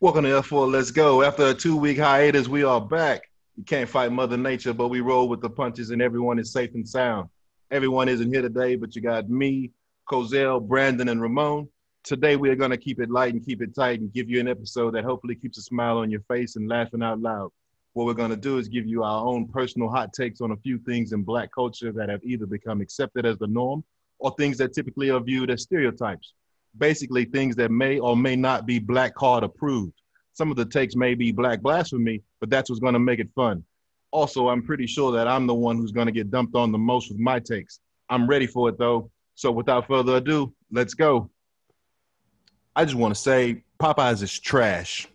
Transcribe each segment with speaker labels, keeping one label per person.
Speaker 1: Welcome to F4 Let's Go. After a two week hiatus, we are back. You can't fight Mother Nature, but we roll with the punches and everyone is safe and sound. Everyone isn't here today, but you got me, Cozell, Brandon, and Ramon. Today, we are going to keep it light and keep it tight and give you an episode that hopefully keeps a smile on your face and laughing out loud. What we're going to do is give you our own personal hot takes on a few things in black culture that have either become accepted as the norm or things that typically are viewed as stereotypes basically things that may or may not be black card approved. Some of the takes may be black blasphemy, but that's what's going to make it fun. Also, I'm pretty sure that I'm the one who's going to get dumped on the most with my takes. I'm ready for it though. So without further ado, let's go. I just want to say Popeyes is trash.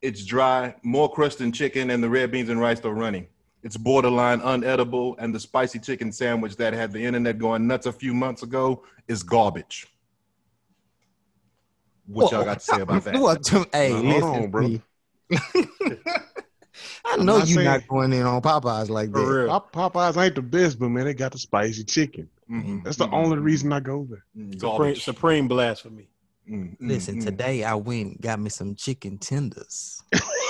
Speaker 1: It's dry, more crust than chicken, and the red beans and rice are running. It's borderline unedible, and the spicy chicken sandwich that had the internet going nuts a few months ago is garbage what y'all got to say about that?
Speaker 2: What, hey,
Speaker 3: Now, hold
Speaker 2: listen,
Speaker 3: on, bro.
Speaker 2: B. I know
Speaker 3: not
Speaker 2: you're
Speaker 3: saying-
Speaker 2: not going in on Popeyes like that.
Speaker 1: For real.
Speaker 3: Pop- Popeyes ain't the best, but man, they got the spicy chicken.
Speaker 1: Mm-mm.
Speaker 3: That's the
Speaker 1: Mm-mm.
Speaker 3: only reason I go there.
Speaker 1: Mm,
Speaker 4: Supreme,
Speaker 1: Mm-hmm. Garbage.
Speaker 4: supreme blasphemy.
Speaker 1: Mm, mm,
Speaker 2: Listen,
Speaker 1: mm.
Speaker 2: today I went and got me some chicken tenders.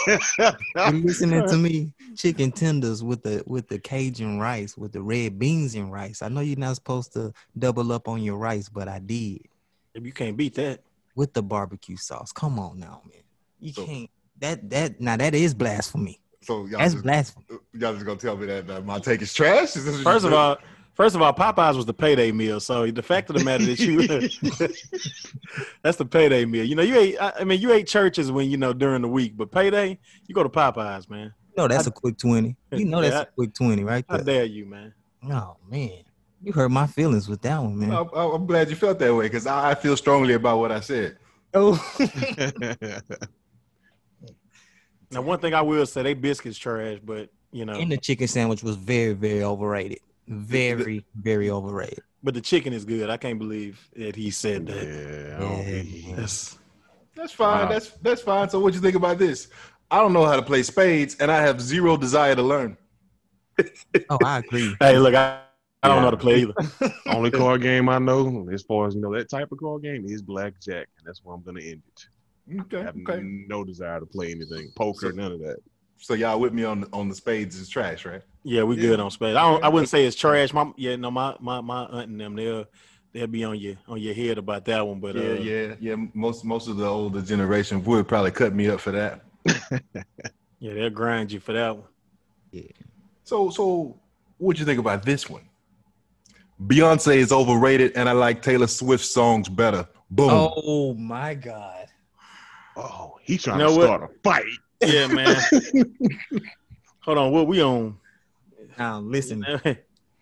Speaker 3: That's
Speaker 2: You listening to me? Chicken tenders with the with the Cajun rice, with the red beans and rice. I know you're not supposed to double up on your rice, but I did
Speaker 4: You can't beat that.
Speaker 2: with the barbecue sauce. Come on now, man. You
Speaker 1: So-
Speaker 2: can't. That that now that is blasphemy.
Speaker 1: So y'all
Speaker 2: That's
Speaker 1: just,
Speaker 2: blasphemy.
Speaker 1: y'all just gonna tell me that, that my take is trash? Is this what you
Speaker 4: First of
Speaker 1: do?
Speaker 4: all, first of all, Popeyes was the payday meal. So the fact of the matter that you that's the payday meal. You know, you ate I I mean you ate churches when you know during the week, but payday, you go to Popeyes, man.
Speaker 2: You know that's a quick twenty. You know that's
Speaker 4: Yeah,
Speaker 2: a quick twenty right
Speaker 4: I
Speaker 2: there.
Speaker 4: dare you, man.
Speaker 2: Oh man, you hurt my feelings with that one, man.
Speaker 1: I, I- I'm glad you felt that way because I, I feel strongly about what I said.
Speaker 2: Oh.
Speaker 4: Now one thing I will say, they biscuits trash, but you know,
Speaker 2: And the chicken sandwich was very, very overrated. Very, very overrated.
Speaker 4: but the chicken is good. I can't believe that he said that.
Speaker 3: yeah, I don't
Speaker 2: Yeah,
Speaker 3: be-
Speaker 2: man.
Speaker 4: That's
Speaker 1: That's fine.
Speaker 3: Wow.
Speaker 1: That's that's fine. So what you think about this? I don't know how to play spades, and I have zero desire to learn.
Speaker 2: Oh, I agree.
Speaker 4: hey, look, I, I don't know how to play either.
Speaker 3: only card game I know, as far as you know, that type of card game is blackjack, and that's where I'm gonna end it.
Speaker 1: Okay.
Speaker 3: I have
Speaker 1: okay.
Speaker 3: no desire to play anything, poker,
Speaker 1: So-
Speaker 3: none of that.
Speaker 1: So y'all with me on on the spades is trash, right?
Speaker 4: Yeah, we
Speaker 1: Yeah.
Speaker 4: good on space. I don't, I wouldn't say it's trash. My yeah, no, my my my aunt and them they'll they'll be on your on your head about that one. But
Speaker 1: yeah,
Speaker 4: uh,
Speaker 1: yeah, yeah. Most most of the older generation would probably cut me up for that.
Speaker 4: yeah, they'll grind you for that one.
Speaker 1: So so what'd you think about this one? Beyonce is overrated, and I like Taylor Swift's songs better. Boom.
Speaker 2: Oh my God.
Speaker 3: Oh, he trying
Speaker 4: know
Speaker 3: to
Speaker 4: what?
Speaker 3: start a fight.
Speaker 4: Yeah, man. Hold on, what we on?
Speaker 2: Now listen.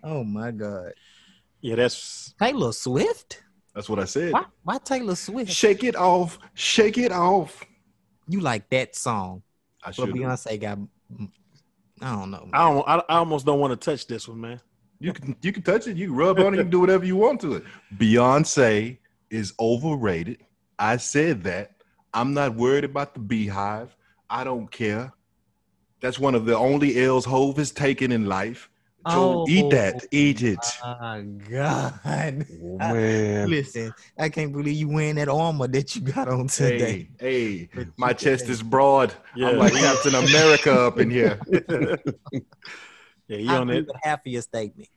Speaker 2: Oh my God.
Speaker 4: yeah, that's
Speaker 2: Taylor Swift?
Speaker 1: That's what I said.
Speaker 2: Why, why Taylor Swift?
Speaker 1: Shake it off. Shake it off.
Speaker 2: You like that song,
Speaker 1: I
Speaker 2: but
Speaker 1: should.
Speaker 2: Beyonce got. mm, I don't know.
Speaker 4: I don't I, I almost don't want to touch this one, man.
Speaker 1: You can you can touch it, you can rub on it, you can do whatever you want to it. Beyonce is overrated. I said that. I'm not worried about the beehive. I don't care. That's one of the only L's Hove has taken in life. So
Speaker 2: Oh.
Speaker 1: eat that. Eat it.
Speaker 2: My God.
Speaker 3: Man,
Speaker 2: Listen, I can't believe you wearing that armor that you got on today.
Speaker 1: Hey, hey,
Speaker 2: But
Speaker 1: my
Speaker 2: you
Speaker 1: chest
Speaker 2: can't.
Speaker 1: is broad.
Speaker 4: Yeah,
Speaker 1: I'm like Captain America up in here.
Speaker 4: yeah, you
Speaker 2: I
Speaker 4: on
Speaker 2: agree
Speaker 4: that?
Speaker 2: with half of your statement.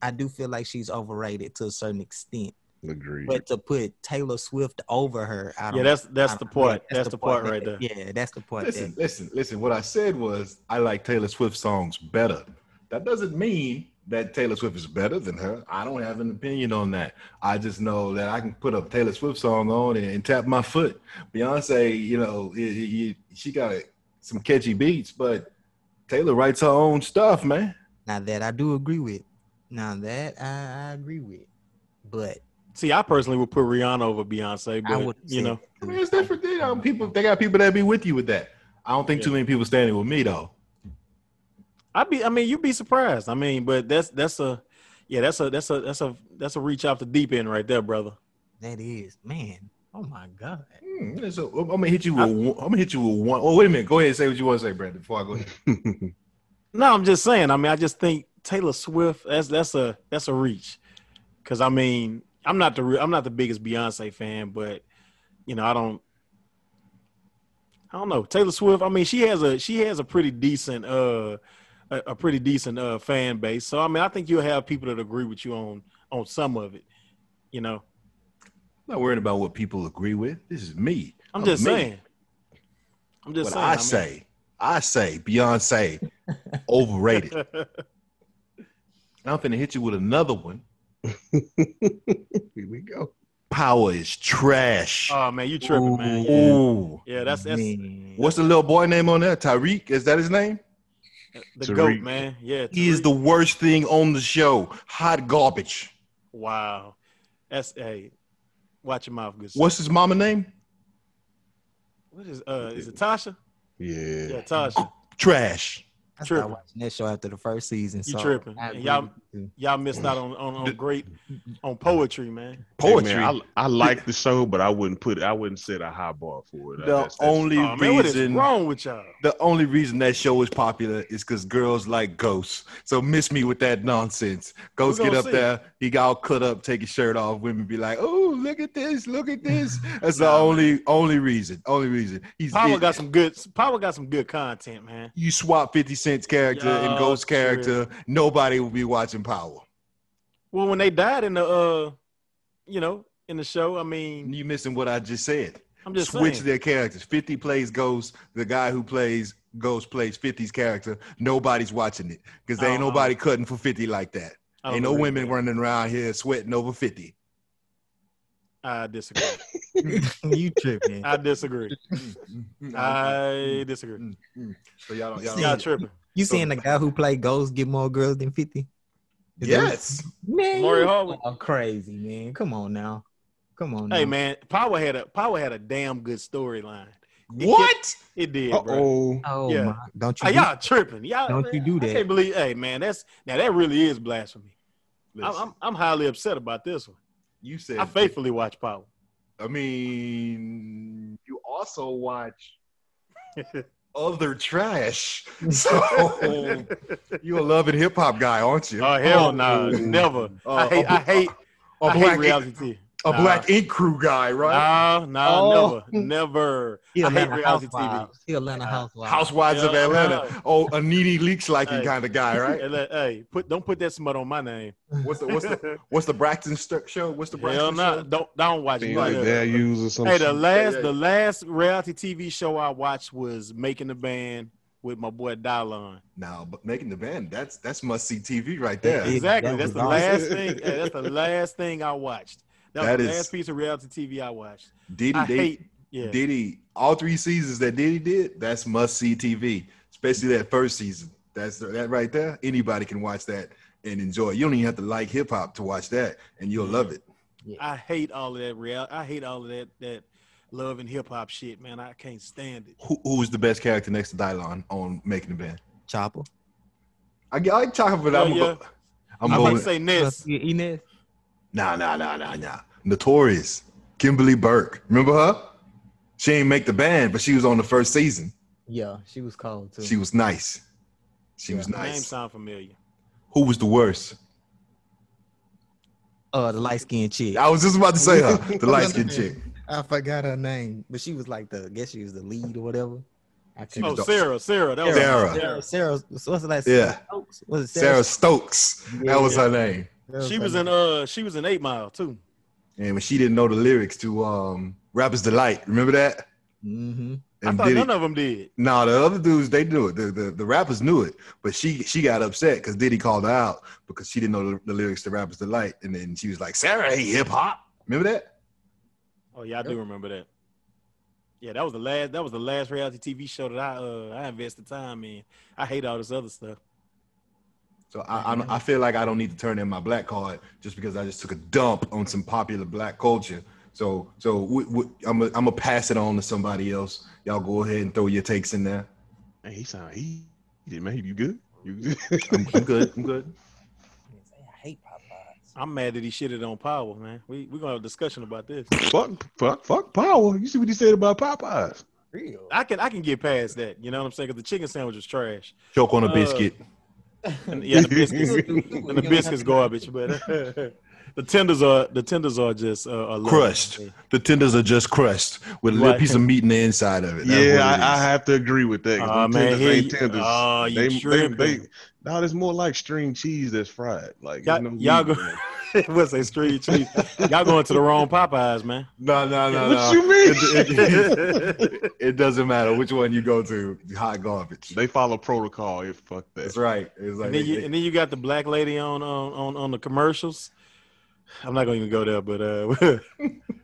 Speaker 2: I do feel like she's overrated to a certain extent,
Speaker 3: agreed.
Speaker 2: but to put Taylor Swift over her, I don't.
Speaker 4: Yeah, that's that's
Speaker 2: I
Speaker 4: the
Speaker 2: don't-
Speaker 4: part.
Speaker 2: yeah,
Speaker 4: That's, the part
Speaker 2: that-
Speaker 4: right there.
Speaker 2: Yeah, that's the part.
Speaker 1: Listen,
Speaker 2: That,
Speaker 1: listen, listen. What I said was I like Taylor Swift songs better. That doesn't mean that Taylor Swift is better than her. I don't have an opinion on that. I just know that I can put a Taylor Swift song on and, and tap my foot. Beyonce, you know, i- i- i- she got some catchy beats, but Taylor writes her own stuff, man.
Speaker 2: now that I do agree with. Now that I, I agree with, but
Speaker 4: See, I personally would put Rihanna over Beyonce,
Speaker 2: I
Speaker 4: but
Speaker 2: would.
Speaker 4: you know,
Speaker 1: I mean, it's different. You know, people they got people that be with you with that. I don't think too many people standing with me though.
Speaker 4: I'd be. I mean, you'd be surprised. I mean, but that's that's a, yeah, that's a that's a that's a that's a reach off the deep end right there, brother.
Speaker 2: That is man. Oh my god.
Speaker 1: Hmm, so I'm gonna hit you with one, I'm gonna hit you with one. Oh wait a minute. Go ahead and say what you want to say, Brandon. Before I go ahead.
Speaker 4: No, I'm just saying. I mean, I just think Taylor Swift. That's that's a that's a reach. Because I mean, I'm not the real, I'm not the biggest Beyonce fan, but you know, I don't. I don't know Taylor Swift. I mean, she has a she has a pretty decent uh a, a pretty decent uh fan base. So I mean, I think you'll have people that agree with you on on some of it. You know,
Speaker 1: I'm not worried about what people agree with. This is me.
Speaker 4: I'm just
Speaker 1: me.
Speaker 4: saying. I'm just
Speaker 1: What
Speaker 4: saying.
Speaker 1: I,
Speaker 4: mean,
Speaker 1: say, I say Beyonce overrated. I'm finna hit you with another one.
Speaker 3: Here we go.
Speaker 1: Power is trash.
Speaker 4: oh man, you tripping, man? Yeah.
Speaker 1: Ooh.
Speaker 4: Yeah, that's that's
Speaker 2: Man.
Speaker 1: What's the little boy name on there? Tyreek? Is that his name?
Speaker 4: the
Speaker 3: Tariq.
Speaker 4: goat, man. Yeah,
Speaker 1: He is
Speaker 4: Tariq.
Speaker 1: the worst thing on the show. Hot garbage.
Speaker 4: wow. That's hey, watch your mouth, good.
Speaker 1: What's his mama name?
Speaker 4: what is uh? Is it Tasha?
Speaker 3: Yeah.
Speaker 4: Yeah, Tasha.
Speaker 1: Trash.
Speaker 2: I started
Speaker 4: tripping.
Speaker 2: watching that show after the first season.
Speaker 4: You
Speaker 2: so
Speaker 4: tripping.
Speaker 2: I
Speaker 4: And
Speaker 2: agree
Speaker 4: y'all-
Speaker 2: with you.
Speaker 4: Y'all missed out on on, on
Speaker 1: Dude.
Speaker 4: great on poetry, man.
Speaker 3: Hey,
Speaker 1: Poetry.
Speaker 3: man, I, I like the show, but I wouldn't put I wouldn't set a high bar for it.
Speaker 1: the
Speaker 3: That's- that's-
Speaker 1: only
Speaker 4: Oh, man, what is
Speaker 1: reason
Speaker 4: wrong with y'all?
Speaker 1: the only reason that show is popular is because girls like ghosts. So miss me with that nonsense. Ghosts
Speaker 4: We're
Speaker 1: get
Speaker 4: gonna
Speaker 1: up
Speaker 4: see.
Speaker 1: there, he got all cut up, take his shirt off. Women be like, "Oh, look at this, look at this." That's the
Speaker 4: Nah, man.
Speaker 1: only only reason. Only reason. He's
Speaker 4: Power
Speaker 1: it-
Speaker 4: got some good. Power got some good content, man.
Speaker 1: you swap Fifty Cent's character and
Speaker 4: Yeah,
Speaker 1: Ghost
Speaker 4: true.
Speaker 1: character, nobody will be watching Power.
Speaker 4: Well, when they died in the uh, you know, in the show, I mean,
Speaker 1: You missing what I just said.
Speaker 4: I'm just
Speaker 1: Switch
Speaker 4: saying.
Speaker 1: their characters. Fifty plays Ghost. The guy who plays Ghost plays 50's character. Nobody's watching it because there ain't
Speaker 4: Oh.
Speaker 1: nobody cutting for Fifty like that.
Speaker 4: I don't
Speaker 1: Ain't no
Speaker 4: agree.
Speaker 1: women running around here sweating over 50.
Speaker 4: I disagree.
Speaker 2: you tripping.
Speaker 4: I disagree. Mm-hmm. I disagree.
Speaker 1: so y'all don't, y'all
Speaker 2: Yeah.
Speaker 4: Y'all
Speaker 1: don't,
Speaker 4: tripping.
Speaker 2: You seeing the guy who played Ghost get more girls than 50? Is that what-
Speaker 1: yes.
Speaker 2: Man,
Speaker 4: Maury
Speaker 2: you
Speaker 4: Harwood.
Speaker 2: all crazy, man. Come on now. Come on
Speaker 4: Hey
Speaker 2: now.
Speaker 4: man, Power had a Power had a damn good storyline.
Speaker 1: What?
Speaker 4: It did, bro.
Speaker 3: Uh-oh.
Speaker 2: Oh
Speaker 4: Yeah.
Speaker 2: my don't you
Speaker 4: Hey,
Speaker 2: do-
Speaker 4: y'all tripping? Y'all
Speaker 2: Don't you do
Speaker 4: I
Speaker 2: that.
Speaker 4: can't believe. Hey man, that's now that really is blasphemy. I'm,
Speaker 1: Listen,
Speaker 4: I'm I'm highly upset about this one.
Speaker 1: you said.
Speaker 4: I faithfully watch Power.
Speaker 1: I mean, you also watch other trash. So you a loving hip hop guy, aren't you?
Speaker 4: Oh hell
Speaker 1: Oh.
Speaker 4: no, never.
Speaker 1: Uh,
Speaker 4: I hate
Speaker 1: a-
Speaker 4: I hate
Speaker 1: a
Speaker 4: I hate
Speaker 1: oh, black ink,
Speaker 4: reality TV.
Speaker 1: a
Speaker 4: nah.
Speaker 1: black ink crew guy, right?
Speaker 4: No, no,
Speaker 2: Oh.
Speaker 4: never, never.
Speaker 2: he
Speaker 4: I
Speaker 2: Atlanta
Speaker 4: hate reality TV.
Speaker 2: Housewives. He Atlanta
Speaker 4: Uh,
Speaker 2: Housewives.
Speaker 1: Housewives of
Speaker 4: Yeah,
Speaker 1: Atlanta. Oh, a needy leaks like
Speaker 4: Hey.
Speaker 1: kind of guy,
Speaker 4: Hey,
Speaker 1: right?
Speaker 4: let- hey, put don't put that smut on my name.
Speaker 1: What's the what's the what's the Braxton St- show? What's the Braxton
Speaker 4: Hell no,
Speaker 1: show?
Speaker 4: don't don't watch
Speaker 3: Seems
Speaker 4: none
Speaker 3: like
Speaker 4: of
Speaker 3: they'll
Speaker 4: it.
Speaker 3: use or some
Speaker 4: Hey, the
Speaker 3: shit.
Speaker 4: last
Speaker 1: yeah.
Speaker 4: the last reality TV show I watched was Making the Band with my boy Dylon.
Speaker 1: Now, but making the band, that's that's must see TV right
Speaker 2: That
Speaker 1: there.
Speaker 2: is-
Speaker 4: Exactly.
Speaker 2: that
Speaker 4: That's
Speaker 2: was
Speaker 4: the
Speaker 2: awesome.
Speaker 4: last thing. hey, that's the last thing I watched. That was
Speaker 1: That
Speaker 4: the
Speaker 1: is-
Speaker 4: last piece of reality TV I watched.
Speaker 1: Diddy,
Speaker 4: I
Speaker 1: they,
Speaker 4: hate. Yeah.
Speaker 1: Diddy, all three seasons that Diddy did, that's must see TV, especially that first season. That's that right there. Anybody can watch that and enjoy. You don't even have to like hip hop to watch that, and you'll love it.
Speaker 4: I hate all of that real. I hate all of that that love and hip hop shit, man. I can't stand it.
Speaker 1: Who who is the best character next to Dylon on making the band?
Speaker 2: Chopper.
Speaker 1: I I talking, but I'm
Speaker 4: Oh, Yeah,
Speaker 1: gonna go- I'm
Speaker 4: I'm about to
Speaker 1: going.
Speaker 4: say Ness.
Speaker 2: Yeah, Inez.
Speaker 1: Nah, nah, nah, nah, nah. Notorious Kimberly Burke. Remember her? She ain't make the band, but she was on the first season.
Speaker 2: Yeah, she was cold too.
Speaker 1: She was nice. She
Speaker 2: Yeah.
Speaker 1: was
Speaker 4: Name
Speaker 1: nice.
Speaker 4: sound familiar.
Speaker 1: Who was the worst?
Speaker 2: uh, the light skinned chick.
Speaker 1: I was just about to say her, the light skinned chick.
Speaker 2: I forgot her name, but she was like the I guess she was the lead or whatever. I
Speaker 1: She was
Speaker 4: Oh,
Speaker 2: couldn't.
Speaker 1: the-
Speaker 4: Sarah, Sarah, that was
Speaker 1: Sarah.
Speaker 2: Sarah, Sarah, what's the last?
Speaker 1: Yeah.
Speaker 2: Stokes? Was it
Speaker 1: Sarah
Speaker 2: Sarah?
Speaker 1: Stokes.
Speaker 2: Yeah,
Speaker 1: That was
Speaker 2: yeah.
Speaker 1: her name.
Speaker 2: Sarah
Speaker 4: She was in uh, she was in Eight Mile too.
Speaker 1: And when she didn't know the lyrics to um Rapper's Delight. Remember that?
Speaker 2: Mm-hmm.
Speaker 4: I
Speaker 1: And
Speaker 4: thought
Speaker 1: did it.
Speaker 4: none of them did.
Speaker 1: Nah, the other dudes they knew it. The, the the rappers knew it, but she she got upset because Diddy called her out because she didn't know the, the lyrics to "Rappers Delight," and then she was like, "Sarah ain't hip hop." Remember that?
Speaker 4: Oh yeah, I do remember that. Yeah, that was the last. That was the last reality TV show that I uh, I invested time in. I hate all this other stuff.
Speaker 1: So I, I I feel like I don't need to turn in my black card just because I just took a dump on some popular black culture. So so we, we, I'm gonna I'm gonna pass it on to somebody else. Y'all go ahead and throw your takes in there.
Speaker 3: Hey, he sound he, he did, man. You good? You good?
Speaker 1: I'm, I'm good. I'm good.
Speaker 2: I hate Popeyes.
Speaker 4: I'm mad that he shitted on Power, man. We we gonna have a discussion about this.
Speaker 3: fuck, fuck, fuck power. You see what he said about Popeyes?
Speaker 2: Real.
Speaker 4: I can I can get past that. You know what I'm saying? Because the chicken sandwich was trash.
Speaker 1: Choke on a
Speaker 4: Uh,
Speaker 1: biscuit.
Speaker 4: And, yeah, the biscuits, and the biscuits garbage. But the tenders are the tenders are just uh, are lovely.
Speaker 1: Crushed. The tenders are just crushed with a little
Speaker 4: Right.
Speaker 1: piece of meat in the inside of it. That's
Speaker 3: Yeah,
Speaker 1: what it
Speaker 3: I, I
Speaker 1: is.
Speaker 3: have to agree with that. 'cause
Speaker 4: Aw,
Speaker 3: them
Speaker 4: man,
Speaker 3: tenders
Speaker 4: here
Speaker 3: ain't
Speaker 4: you-
Speaker 3: tenders.
Speaker 4: aw, you
Speaker 3: they,
Speaker 4: tripping.
Speaker 3: they, they, no, it's more like string cheese that's fried. Like
Speaker 4: Y'all-
Speaker 3: there's no
Speaker 4: y'all
Speaker 3: meat
Speaker 4: go-
Speaker 3: in it.
Speaker 4: What's a street cheese? Y'all going to the wrong Popeyes, man.
Speaker 1: No, no, no,
Speaker 3: What
Speaker 1: no.
Speaker 3: you mean?
Speaker 1: It, it- it doesn't matter which one you go to. Hot garbage.
Speaker 3: They follow protocol. Yeah, fuck that.
Speaker 1: That's right. It's like
Speaker 4: And then, you, and then you got the black lady on on on, on the commercials. I'm not gonna even go there, but uh,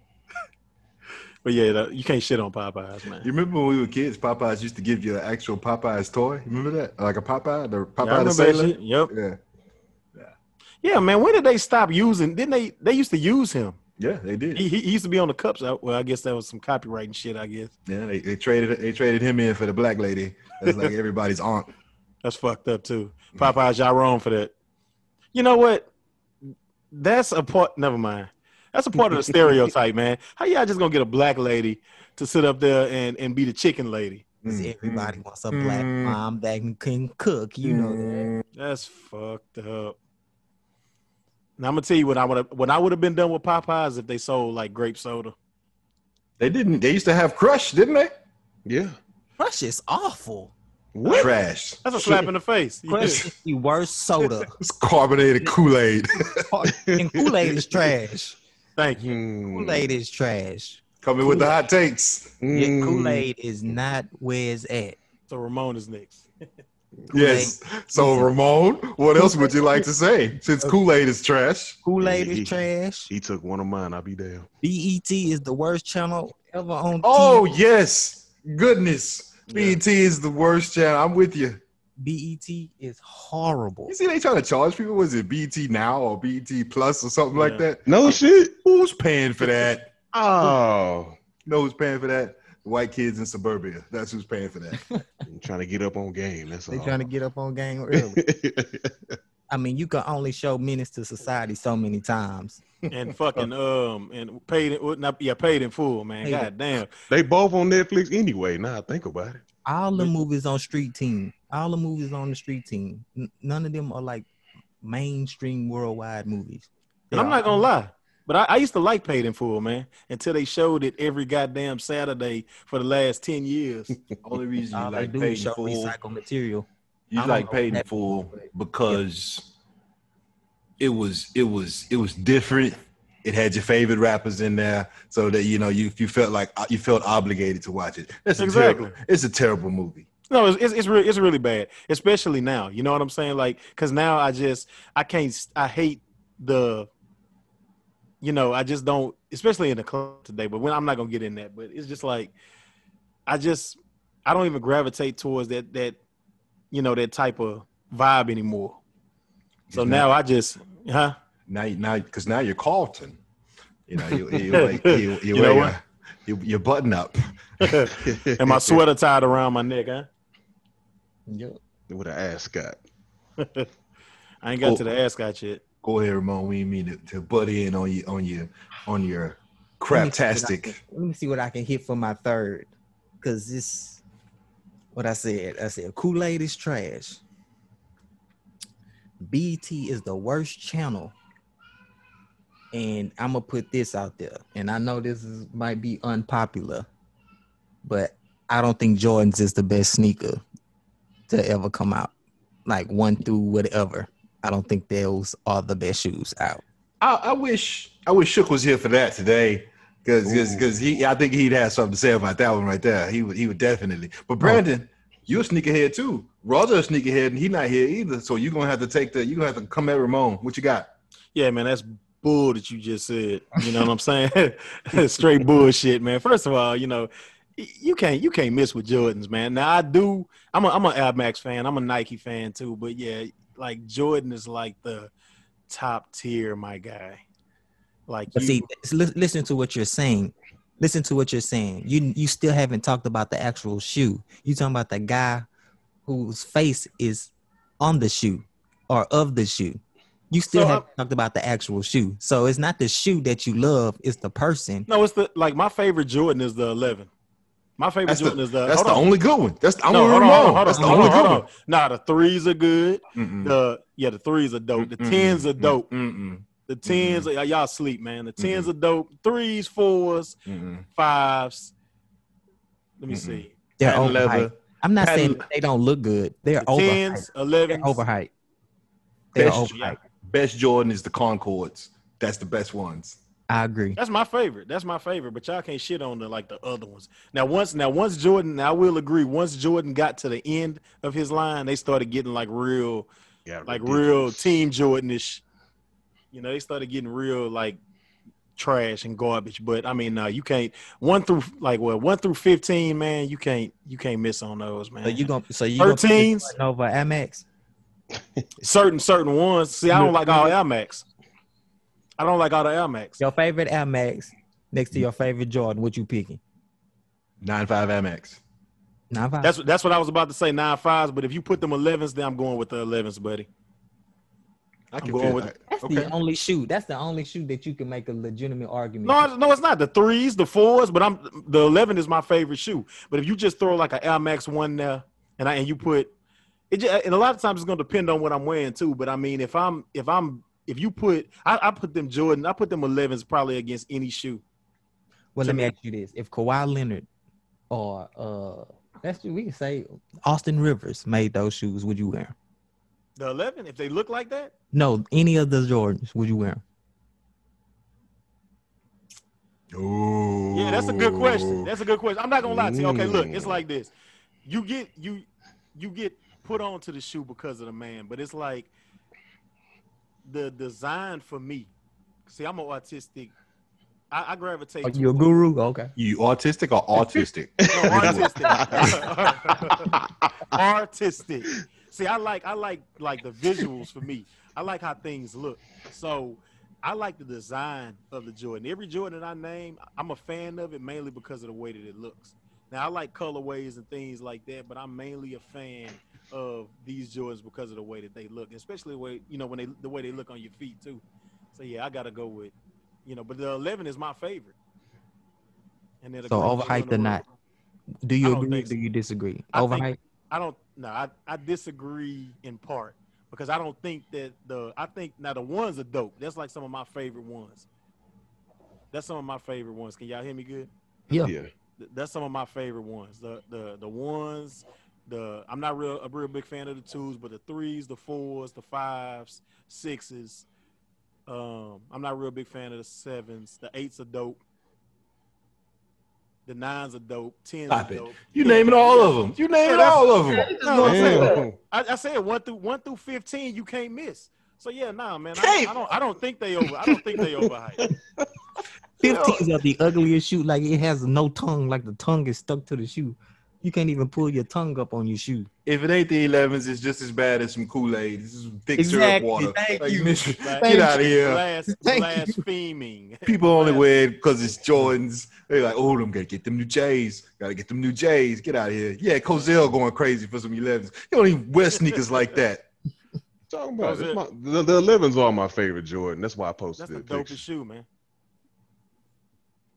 Speaker 4: but yeah, that- you can't shit on Popeyes, man.
Speaker 1: You remember when we were kids, Popeyes used to give you an actual Popeyes toy? You remember that? Like a Popeye, the
Speaker 4: Yeah, I
Speaker 1: Popeye the
Speaker 4: remember that
Speaker 1: sailor?
Speaker 4: shit. Yep.
Speaker 1: Yeah.
Speaker 4: Yeah, man. When did they stop using? Didn't they? They used to use him.
Speaker 1: Yeah, they did.
Speaker 4: He, he, he used to be on the cups. I- Well, I guess that was some copyright and shit. I guess
Speaker 1: Yeah, they, they traded they traded him in for the black lady. That's like everybody's aunt.
Speaker 4: that's fucked up too. Popeyes, y'all wrong for that. You know what? That's a part. Never mind. That's a part of the stereotype, man. How y'all just gonna get a black lady to sit up there and, and be the chicken lady?
Speaker 2: 'Cause
Speaker 1: Mm.
Speaker 2: Everybody wants
Speaker 4: Mm-hmm.
Speaker 2: a black
Speaker 1: Mm.
Speaker 2: mom that can cook. You know that.
Speaker 4: That's fucked up. Now I'm gonna tell you what I would what I would have been done with Popeyes if they sold like grape soda.
Speaker 1: They didn't. They used to have Crush, didn't they?
Speaker 3: Yeah.
Speaker 2: Crush is awful.
Speaker 1: Trash.
Speaker 4: That's a slap in the face.
Speaker 2: Crush is the worst soda.
Speaker 1: It's carbonated Kool Aid
Speaker 2: And Kool Aid is trash.
Speaker 4: Thank you.
Speaker 3: Hmm.
Speaker 2: Kool Aid is trash.
Speaker 1: coming with the hot takes.
Speaker 2: Yeah,
Speaker 3: Hmm.
Speaker 2: Kool Aid is not where it's at.
Speaker 4: So Ramon is next.
Speaker 1: Yes. So Ramon, what else would you like to say? Since Kool Aid is trash,
Speaker 2: Kool Aid
Speaker 3: Yeah.
Speaker 2: is trash.
Speaker 3: He took one of mine. I'll be damned.
Speaker 2: BET is the worst channel ever on.
Speaker 1: Oh yes, goodness.
Speaker 4: Yeah.
Speaker 1: BET is the worst channel. I'm with you.
Speaker 2: TV. BET E is horrible.
Speaker 1: You see, they trying to charge people. Was it BET Now or BET Plus or something like
Speaker 4: Yeah.
Speaker 1: that?
Speaker 3: No shit.
Speaker 1: Who's paying for that?
Speaker 3: Oh.
Speaker 1: You know who's paying for that? White kids in suburbia. That's who's paying for that.
Speaker 3: I'm trying to get up on game. That's
Speaker 2: They
Speaker 3: all.
Speaker 2: trying to get up on game early. I mean, you can only show menace to society so many times.
Speaker 4: And fucking um and paid in well, not yeah, paid in full, man.
Speaker 2: Paid in-
Speaker 4: God damn.
Speaker 3: they both on Netflix anyway. Now I think about it.
Speaker 2: All the movies on Street Team, all the movies on the Street Team, n- none of them are like mainstream worldwide movies.
Speaker 4: And I'm not gonna lie. But I, I used to like paid in full, man, until they showed it every goddamn Saturday for the last ten years.
Speaker 5: Only reason you
Speaker 2: All they
Speaker 5: like
Speaker 2: do is
Speaker 5: paid in
Speaker 2: show
Speaker 5: full,
Speaker 2: recycled material. I
Speaker 1: You
Speaker 2: don't
Speaker 1: like
Speaker 2: know
Speaker 1: Peyton
Speaker 2: what that
Speaker 1: Fool.
Speaker 2: means,
Speaker 1: because it was it was it was different. It had your favorite rappers in there, so that you know you you felt like uh, you felt obligated to watch it. That's
Speaker 4: Exactly.
Speaker 1: A terrible, it's a terrible movie.
Speaker 4: No, it's it's it's, re- it's really bad, especially now. You know what I'm saying? Like, cause now I just I can't s- I hate the, you know, I just don't, especially in the club today. But when I'm not gonna get in that, but it's just like, I just I don't even gravitate towards that that, you know, that type of vibe anymore. So
Speaker 1: It's
Speaker 4: now I just, huh?
Speaker 1: Now you- now because now you're Carlton. You know you you like, you, you,
Speaker 4: You
Speaker 1: wear
Speaker 4: know what?
Speaker 1: your- you- your button up.
Speaker 4: And my sweater tied around my neck, huh?
Speaker 2: Yup.
Speaker 3: with an ascot.
Speaker 4: I ain't got
Speaker 1: Oh.
Speaker 4: to the ascot yet.
Speaker 1: Go ahead, Ramon. We mean to, to butt in on you on your on your craptastic.
Speaker 2: Let me see what I can hit for my third, because this, what I said, I said Kool Aid is trash. BET is the worst channel, and I'm gonna put this out there. And I know this is, might be unpopular, but I don't think Jordans is the best sneaker to ever come out, like one through whatever. I don't think those are the best shoes out.
Speaker 1: I, I wish I wish Shook was here for that today. Cause, cause,
Speaker 3: Ooh.
Speaker 1: 'cause he, I think he'd have something to say about that one right there. He would, he would definitely. But Brandon, you're a sneakerhead too. Roger a sneakerhead, and he not here either. So you're gonna have to take the, you're gonna have to come at Ramon. What you got?
Speaker 4: Yeah, man, that's bull that you just said. You know what I'm saying? Straight bullshit, man. First of all, you know, y- you can't you can't miss with Jordans, man. Now I do. I'm a I'm an Air Max fan. I'm a Nike fan too. But yeah, like Jordan is like the top tier, my guy. Like
Speaker 2: But
Speaker 4: you,
Speaker 2: see, lis- listen to what you're saying. Listen to what you're saying. You you still haven't talked about the actual shoe. You talking about the guy whose face is on the shoe or of the shoe. You still
Speaker 4: So,
Speaker 2: haven't talked about the actual shoe. So it's not the shoe that you love; it's the person.
Speaker 4: no, it's the like my favorite Jordan is the 11. My favorite
Speaker 1: That's the-
Speaker 4: Jordan is the.
Speaker 1: That's
Speaker 4: Uh, hold
Speaker 1: the
Speaker 4: on.
Speaker 1: only good one. That's the only
Speaker 4: No, hold on,
Speaker 1: Ramon.
Speaker 4: hold on, hold on,
Speaker 1: That's the
Speaker 4: hold
Speaker 1: only Mm-hmm.
Speaker 4: on,
Speaker 1: good
Speaker 4: hold on. Nah, the threes are good.
Speaker 1: one.
Speaker 4: The yeah, the threes are dope. The
Speaker 1: Mm-mm,
Speaker 4: tens are
Speaker 1: mm-mm,
Speaker 4: dope.
Speaker 1: mm-mm.
Speaker 4: The 10s
Speaker 2: Mm-hmm.
Speaker 4: y- y'all sleep, man. The 10s are dope. Threes, fours,
Speaker 1: Mm-mm.
Speaker 4: fives. Let me
Speaker 2: Mm-hmm.
Speaker 1: Mhm.
Speaker 4: see.
Speaker 2: They're
Speaker 1: Patent
Speaker 2: overhyped.
Speaker 1: leather,
Speaker 2: I'm not
Speaker 1: Patent-
Speaker 2: saying that they don't look good. They're
Speaker 4: The
Speaker 2: overhyped.
Speaker 4: 10s, 11s.
Speaker 2: They're overhyped. They're
Speaker 1: best,
Speaker 2: overhyped.
Speaker 1: best Jordan is the Concords. That's the best ones.
Speaker 2: I agree.
Speaker 4: That's my favorite. That's my favorite. But y'all can't shit on the like the other ones. Now once now once Jordan, I will agree. Once Jordan got to the end of his line, they started getting like real,
Speaker 3: Yeah,
Speaker 4: like
Speaker 3: ridiculous.
Speaker 4: real team Jordanish. You know, they started getting real like trash and garbage. But I mean, nah, you can't one through like well one through fifteen, man. You can't you can't miss on those, man.
Speaker 2: So you gonna so you gonna put this
Speaker 4: 13s?
Speaker 2: Jordan over Amex?
Speaker 4: certain certain ones. See, I don't like all Air Max. I don't like all the Air Max.
Speaker 2: Your favorite Amex next to your favorite Jordan? What you picking?
Speaker 1: Nine five MX.
Speaker 2: Nine five.
Speaker 4: That's that's what I was about to say. Nine fives, but if you put them elevens, then I'm going with the elevens, buddy.
Speaker 1: I
Speaker 4: I'm going
Speaker 1: feel
Speaker 4: with
Speaker 1: that.
Speaker 2: That's
Speaker 1: Okay.
Speaker 2: the only shoe. That's the only shoe that you can make a legitimate argument.
Speaker 4: No, I- no, it's not the threes, the fours, but I'm the eleven is my favorite shoe. But if you just throw like an Air Max one there, and I and you put it, just, and a lot of times it's gonna depend on what I'm wearing too. But I mean, if I'm if I'm if you put I, I put them Jordan, I put them elevens probably against any shoe.
Speaker 2: well,
Speaker 4: to
Speaker 2: let me
Speaker 4: me.
Speaker 2: ask you this: If Kawhi Leonard or uh, that's we can say Austin Rivers made those shoes, would you wear 'em?
Speaker 4: The eleven, if they look like that,
Speaker 2: No, any of the Jordans, would you wear 'em?
Speaker 1: Ooh.
Speaker 4: Yeah, that's a good question. That's a good question. I'm not gonna lie to you. Okay, look, it's
Speaker 3: Ooh.
Speaker 4: like this. You get you you get put onto the shoe because of the man, but it's like the design for me. See, I'm an autistic. I, I gravitate.
Speaker 2: Are
Speaker 4: to-
Speaker 2: you a guru? Okay.
Speaker 1: you autistic or autistic?
Speaker 4: No, artistic. artistic. See, I like I like like the visuals for me. I like how things look. So I like the design of the Jordan. Every Jordan I name, I'm a fan of it mainly because of the way that it looks. Now I like colorways and things like that, but I'm mainly a fan of these Jordans because of the way that they look, especially the way you know when they the way they look on your feet too. So yeah, I gotta go with you know, but the eleven is my favorite. And then the
Speaker 2: So
Speaker 4: green shoe in
Speaker 2: overhyped
Speaker 4: the
Speaker 2: or
Speaker 4: world.
Speaker 2: not? Do
Speaker 4: I
Speaker 2: you
Speaker 4: don't
Speaker 2: agree?
Speaker 4: think
Speaker 2: Or
Speaker 4: so.
Speaker 2: do you disagree?
Speaker 4: I think-
Speaker 2: overhyped.
Speaker 4: I don't no, I, I disagree in part because I don't think that the I think now the ones are dope. That's like some of my favorite ones. That's some of my favorite ones. Can y'all hear me good?
Speaker 2: Yeah.
Speaker 3: Yeah.
Speaker 4: Th- That's some of my favorite ones. The the the ones, the I'm not real a real big fan of the twos, but the threes, the fours, the fives, sixes. Um, I'm not a real big fan of the sevens. The eights are dope. The nines are dope. Tens
Speaker 1: Stop
Speaker 4: are
Speaker 1: it.
Speaker 4: dope.
Speaker 1: You
Speaker 4: Yeah,
Speaker 1: naming
Speaker 4: yeah,
Speaker 1: all
Speaker 4: yeah.
Speaker 1: of them. You naming
Speaker 4: that's-
Speaker 1: all of them.
Speaker 4: No, I'm saying-
Speaker 3: Damn.
Speaker 4: I, I said one through one through fifteen, you can't miss. So yeah, nah, man. I,
Speaker 1: Hey!
Speaker 4: I don't. I don't think they over. I don't think they overhyped.
Speaker 2: Fifteens are the ugliest shoe. Like it has no tongue. Like the tongue is stuck to the shoe. You can't even pull your tongue up on your shoe.
Speaker 1: If it ain't the elevens, it's just as bad as some Kool Aid. This is thick syrup
Speaker 2: Exactly.
Speaker 1: water.
Speaker 2: Thank
Speaker 1: Like,
Speaker 2: you.
Speaker 1: this-
Speaker 4: Thank
Speaker 1: get out of here.
Speaker 4: Blas-
Speaker 2: Thank
Speaker 4: blaspheming.
Speaker 1: People only wear it because it's Jordans. They're like, oh, I'm gonna get them new J's. Gotta get them new J's. Get out of here. Yeah, Cozell going crazy for some 11s. You don't even wear sneakers like that.
Speaker 3: Talking about
Speaker 4: That
Speaker 3: it.
Speaker 4: was
Speaker 3: My- the, the 11s are my favorite Jordan. That's why I posted
Speaker 4: That's the
Speaker 3: that
Speaker 4: dopest
Speaker 3: picture.
Speaker 4: shoe, man.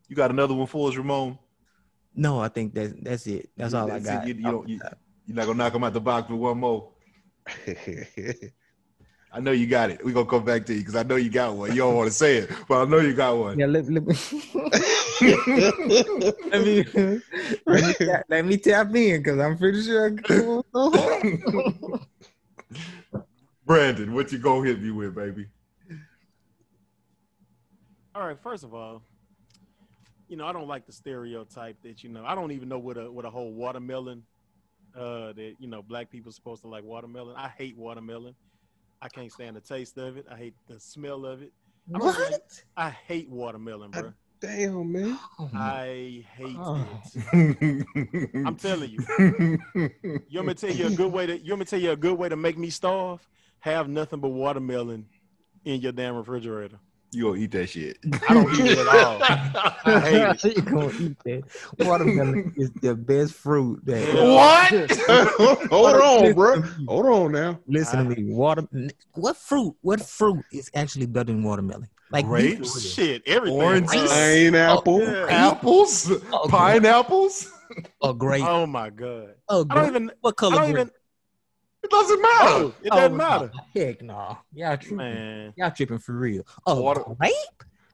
Speaker 1: You got another one for us, Ramon.
Speaker 2: No, I think that that's it. That's all I
Speaker 1: That's it.
Speaker 2: got.
Speaker 1: You, you don't, you, you're not gonna knock them out the box with one more. I know you got it. We're gonna come back to you because I know you got one. You don't want to say it, but I know you got one.
Speaker 2: yeah, let, let me let me let me tap, let me tap in because I'm pretty sure. I could-
Speaker 1: Brandon, what you gonna hit me with, baby?
Speaker 4: All right. First of all, you know I don't like the stereotype that you know I don't even know what a what a whole watermelon. Uh, that you know black people supposed to like watermelon. I hate watermelon. I can't stand the taste of it. I hate the smell of it. I don't like-
Speaker 2: what?
Speaker 4: I hate watermelon, bro.
Speaker 3: Damn, man.
Speaker 2: Oh, my-
Speaker 4: I hate
Speaker 2: Oh.
Speaker 4: it. I'm telling you. You want me to tell you a good way to you want me to tell you a good way to make me starve? Have nothing but watermelon in your damn refrigerator.
Speaker 1: you gonna eat that shit.
Speaker 4: I don't eat it at all. I hate it.
Speaker 2: you gonna eat that? Watermelon is the best fruit. That
Speaker 1: What?
Speaker 3: Hold on, bro. Hold on now.
Speaker 2: Listen to me. Water. What fruit? What fruit is actually better than watermelon? Like
Speaker 1: Grapes?
Speaker 4: Shit, everything.
Speaker 1: Oranges?
Speaker 4: Uh,
Speaker 2: Oh,
Speaker 3: Pineapple.
Speaker 4: yeah.
Speaker 1: Apples? Pineapples?
Speaker 2: a Oh, grape.
Speaker 4: Oh my god.
Speaker 2: A
Speaker 4: I don't
Speaker 2: grape.
Speaker 4: even
Speaker 2: What
Speaker 4: I
Speaker 2: color
Speaker 4: don't
Speaker 2: grape?
Speaker 4: even
Speaker 1: It doesn't matter.
Speaker 4: Oh, it doesn't
Speaker 2: Oh,
Speaker 4: matter.
Speaker 2: nah, heck no. Y'all tripping.
Speaker 4: Man.
Speaker 2: Y'all tripping for real. Oh,
Speaker 1: Water-
Speaker 2: grape?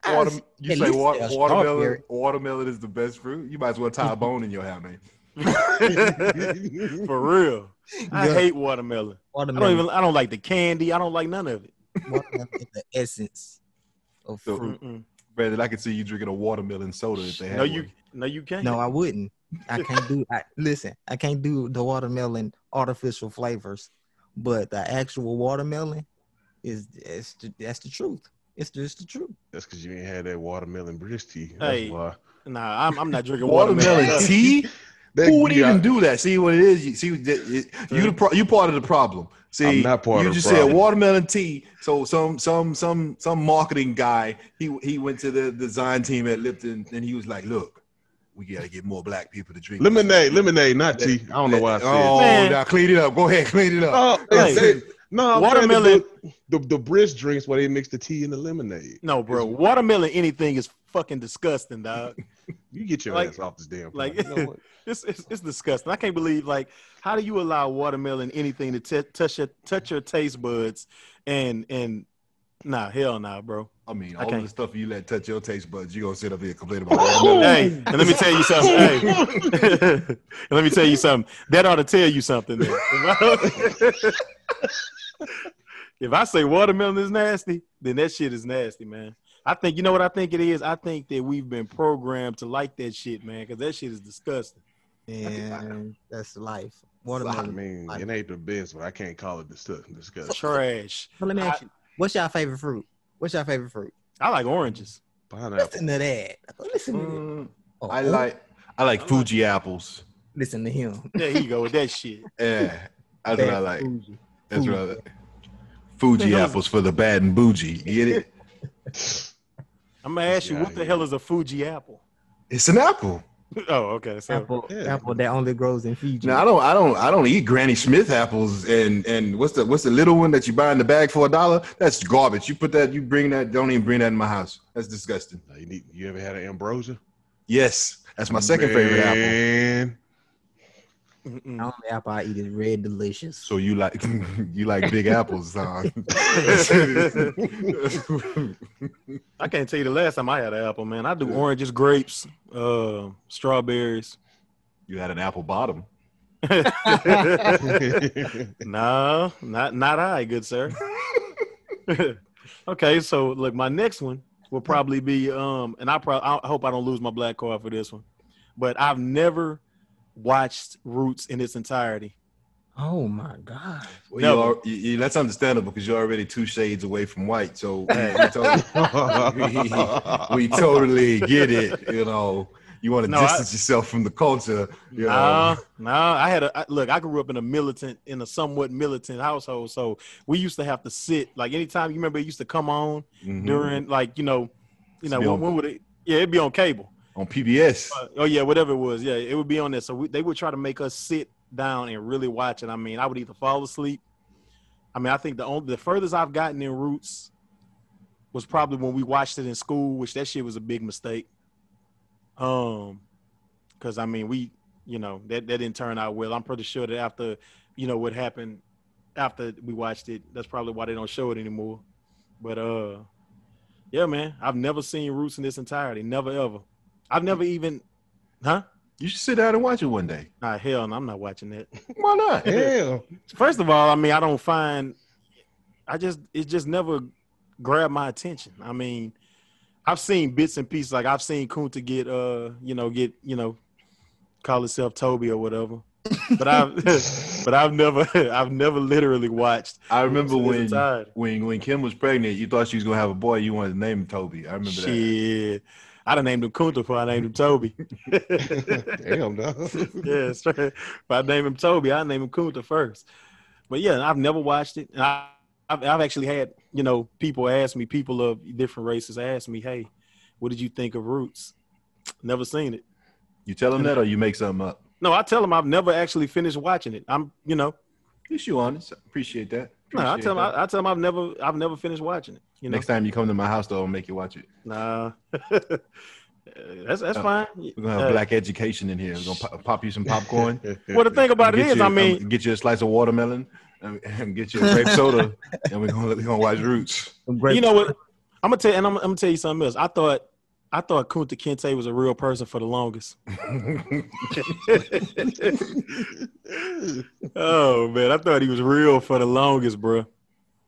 Speaker 2: I
Speaker 1: Water,
Speaker 2: was-
Speaker 1: you
Speaker 2: at
Speaker 1: say
Speaker 2: least
Speaker 1: wa-
Speaker 2: a
Speaker 1: watermelon?
Speaker 2: strawberry.
Speaker 1: Watermelon is the best fruit. You might as well tie a bone in your hair, man.
Speaker 4: For real. I
Speaker 2: Yeah.
Speaker 4: hate watermelon. I don't
Speaker 2: Watermelon,
Speaker 4: even I don't like the candy. I don't like none of it.
Speaker 2: watermelon is the essence of
Speaker 1: So-
Speaker 2: fruit.
Speaker 4: Mm-mm.
Speaker 1: Brandon, I could see you drinking a watermelon soda if they had
Speaker 4: No, you
Speaker 1: one.
Speaker 4: no you
Speaker 1: mm,
Speaker 4: can't.
Speaker 2: No, I wouldn't. I can't do. I, listen, I can't do the watermelon artificial flavors, but the actual watermelon is that's the, that's the truth. It's just the truth.
Speaker 3: That's because you ain't had that watermelon British tea. That's
Speaker 4: Hey.
Speaker 3: why.
Speaker 4: Nah, I'm, I'm not drinking watermelon.
Speaker 1: Watermelon tea?
Speaker 3: That-
Speaker 1: Who would
Speaker 3: yeah,
Speaker 1: even do that? See what it is. You see, you, you, the pro- you part of the problem. See,
Speaker 3: I'm not part
Speaker 1: you
Speaker 3: of the
Speaker 1: just said
Speaker 3: problem.
Speaker 1: watermelon tea. So some some some some marketing guy he he went to the design team at Lipton and he was like, "Look, we gotta get more black people to drink."
Speaker 3: Lemonade, lemonade, not tea. I don't know why I said.
Speaker 1: Oh,
Speaker 4: Man.
Speaker 1: now clean it up. Go ahead, clean it up.
Speaker 3: Oh, they-
Speaker 4: Right.
Speaker 3: they- no, I'm trying to
Speaker 4: Watermelon-
Speaker 3: do The, the British drinks where they mix the tea and the lemonade.
Speaker 4: No, bro. Watermelon anything is fucking disgusting, dog.
Speaker 3: You get your
Speaker 4: Like-
Speaker 3: ass off this damn.
Speaker 4: like-
Speaker 3: planet. You know what?
Speaker 4: It's, it's, it's disgusting. I can't believe like how do you allow watermelon anything to t- touch your touch your taste buds and and nah, hell nah, bro.
Speaker 3: Oh.
Speaker 1: I mean,
Speaker 4: I
Speaker 1: all
Speaker 4: can't.
Speaker 1: the stuff you let touch your taste buds, you gonna sit up here and complain about watermelon.
Speaker 4: Hey, and let me tell you something. Hey. And let me tell you something. That ought to tell you something. then. If I, if I say watermelon is nasty, then that shit is nasty, man. I think you know what I think it is. I think that we've been programmed to like that shit, man, because that shit is disgusting.
Speaker 2: And that's life.
Speaker 3: I
Speaker 2: Watermelon.
Speaker 3: mean, it ain't the best, but I can't call it dis- disgusting.
Speaker 4: Trash.
Speaker 2: But let me ask you, what's your favorite fruit? What's your favorite fruit?
Speaker 4: I like oranges.
Speaker 3: Pineapple.
Speaker 2: Listen to that. Listen to that.
Speaker 1: Mm,
Speaker 2: Oh,
Speaker 1: I
Speaker 2: oh,
Speaker 1: like I like Fuji apples.
Speaker 2: Listen to him.
Speaker 4: There you go with that shit.
Speaker 1: Yeah, that's what I
Speaker 2: Bad
Speaker 1: like.
Speaker 2: Fuji.
Speaker 1: That's
Speaker 2: Fuji.
Speaker 1: what I like. Fuji
Speaker 4: Man,
Speaker 1: apples for the bad and bougie. You get it?
Speaker 4: I'm gonna ask you,
Speaker 3: Yeah,
Speaker 4: what the
Speaker 3: yeah.
Speaker 4: hell is a Fuji apple?
Speaker 1: It's an apple.
Speaker 4: Oh, okay. So
Speaker 2: Apple,
Speaker 3: Yeah.
Speaker 2: apple that only grows in Fiji.
Speaker 1: Now I don't, I don't, I don't eat Granny Smith apples. And and what's the what's the little one that you buy in the bag for a dollar? That's garbage. You put that, you bring that. Don't even bring that in my house. That's disgusting.
Speaker 3: Now, you, need, you ever had an ambrosia?
Speaker 1: Yes, that's my second favorite apple.
Speaker 3: Man.
Speaker 2: the
Speaker 4: mm-mm.
Speaker 2: only apple I eat is red delicious.
Speaker 1: So you like you like big apples, huh?
Speaker 4: I can't tell you the last time I had an apple, man. I do oranges, grapes, uh, strawberries.
Speaker 1: you had an apple bottom.
Speaker 4: No, not not I, good sir. okay, so look, my next one will probably be um, and I probably I hope I don't lose my black card for this one, but I've never watched Roots in its entirety.
Speaker 2: oh my god.
Speaker 1: Well,
Speaker 4: No.
Speaker 1: you are, you, you, that's understandable because you're already two shades away from white. So we, we, tot- we totally get it. You know, you want to
Speaker 4: No, I-
Speaker 1: distance yourself from the culture. You
Speaker 4: Nah,
Speaker 1: know,
Speaker 4: nah. I had a I, look. I grew up in a militant, in a somewhat militant household, so we used to have to sit. Like anytime you remember, it used to come on
Speaker 1: Mhm.
Speaker 4: during, like you know, you know,
Speaker 1: be
Speaker 4: when,
Speaker 1: on-
Speaker 4: when would it? Yeah, it'd be on cable.
Speaker 1: on PBS.
Speaker 4: Uh, oh yeah, whatever it was. Yeah, it would be on there. So we, they would try to make us sit down and really watch it. I mean, I would either fall asleep. I mean, I think the only the furthest I've gotten in Roots was probably when we watched it in school, which that shit was a big mistake. Um, because I mean, we you know that that didn't turn out well. I'm pretty sure that after you know what happened after we watched it, that's probably why they don't show it anymore. But uh, yeah, man, I've never seen Roots in its entirety. Never ever. I've never even, huh?
Speaker 1: You should sit down and watch it one day.
Speaker 4: Nah, hell, no, I'm not watching that.
Speaker 1: Why not?
Speaker 3: Hell.
Speaker 4: First of all, I mean, I don't find, I just it just never grabbed my attention. I mean, I've seen bits and pieces. Like I've seen Kunta get, uh, you know, get, you know, call himself Toby or whatever. But I've, but I've never, I've never literally watched.
Speaker 1: I remember
Speaker 4: Roots in
Speaker 1: when
Speaker 4: its entirety.
Speaker 1: when when Kim was pregnant, you thought she was gonna have a boy. You wanted to name him Toby. I remember
Speaker 4: Shit, I done named him Kunta before I named him Toby.
Speaker 3: Damn, dog.
Speaker 4: yeah, that's right. If I name him Toby, I name him Kunta first. But yeah, I've never watched it, and I, I've, I've actually had you know people ask me, people of different races ask me, hey, what did you think of Roots? Never seen it.
Speaker 1: that. You tell him that, or you make something up.
Speaker 4: No, I tell them I've never actually finished watching it. I'm you know,
Speaker 1: At least you honest. Appreciate that.
Speaker 4: no, I
Speaker 1: Appreciate
Speaker 4: tell them
Speaker 1: that.
Speaker 4: I, I tell them I've never I've never finished watching it. You know,
Speaker 1: Next time you come to my house, though, I'll make you watch it.
Speaker 4: nah, that's that's
Speaker 1: Uh,
Speaker 4: fine.
Speaker 1: We're gonna have
Speaker 4: Uh,
Speaker 1: black education in here. We're gonna pop, pop you some popcorn.
Speaker 4: Well, the thing about it
Speaker 1: Get
Speaker 4: is,
Speaker 1: you-
Speaker 4: I mean,
Speaker 1: get you a slice of watermelon. and, and get you a grape soda, and we're gonna we gonna watch Roots.
Speaker 4: You know what? I'm gonna tell and I'm, I'm gonna tell you something else. I thought I thought Kunta Kinte was a real person for the longest. oh man, I thought he was real for the longest, bro.
Speaker 1: I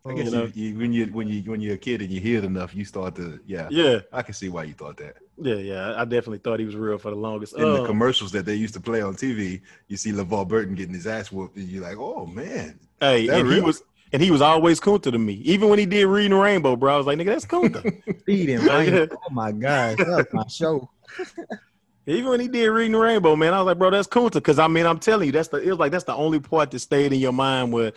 Speaker 2: Oh,
Speaker 1: guess you, you, when you when you when you're a kid and you hear it enough, you start to yeah.
Speaker 4: Yeah,
Speaker 1: I can see why you thought that.
Speaker 4: yeah, yeah. I definitely thought he was real for the longest.
Speaker 1: In the
Speaker 4: Um,
Speaker 1: commercials that they used to play on TV, you see LeVar Burton getting his ass whooped, and you're like, oh man,
Speaker 4: Hey,
Speaker 1: That
Speaker 4: and he
Speaker 1: real?
Speaker 4: was and he was always Kunta to me. Even when he did reading Rainbow, bro, I was like, nigga, that's Kunta.
Speaker 2: Feeding Rainbow. Oh my gosh, that was my show.
Speaker 4: Even when he did reading Rainbow, man, I was like, bro, that's Kunta. Because I mean, I'm telling you, that's the it was like that's the only part that stayed in your mind where,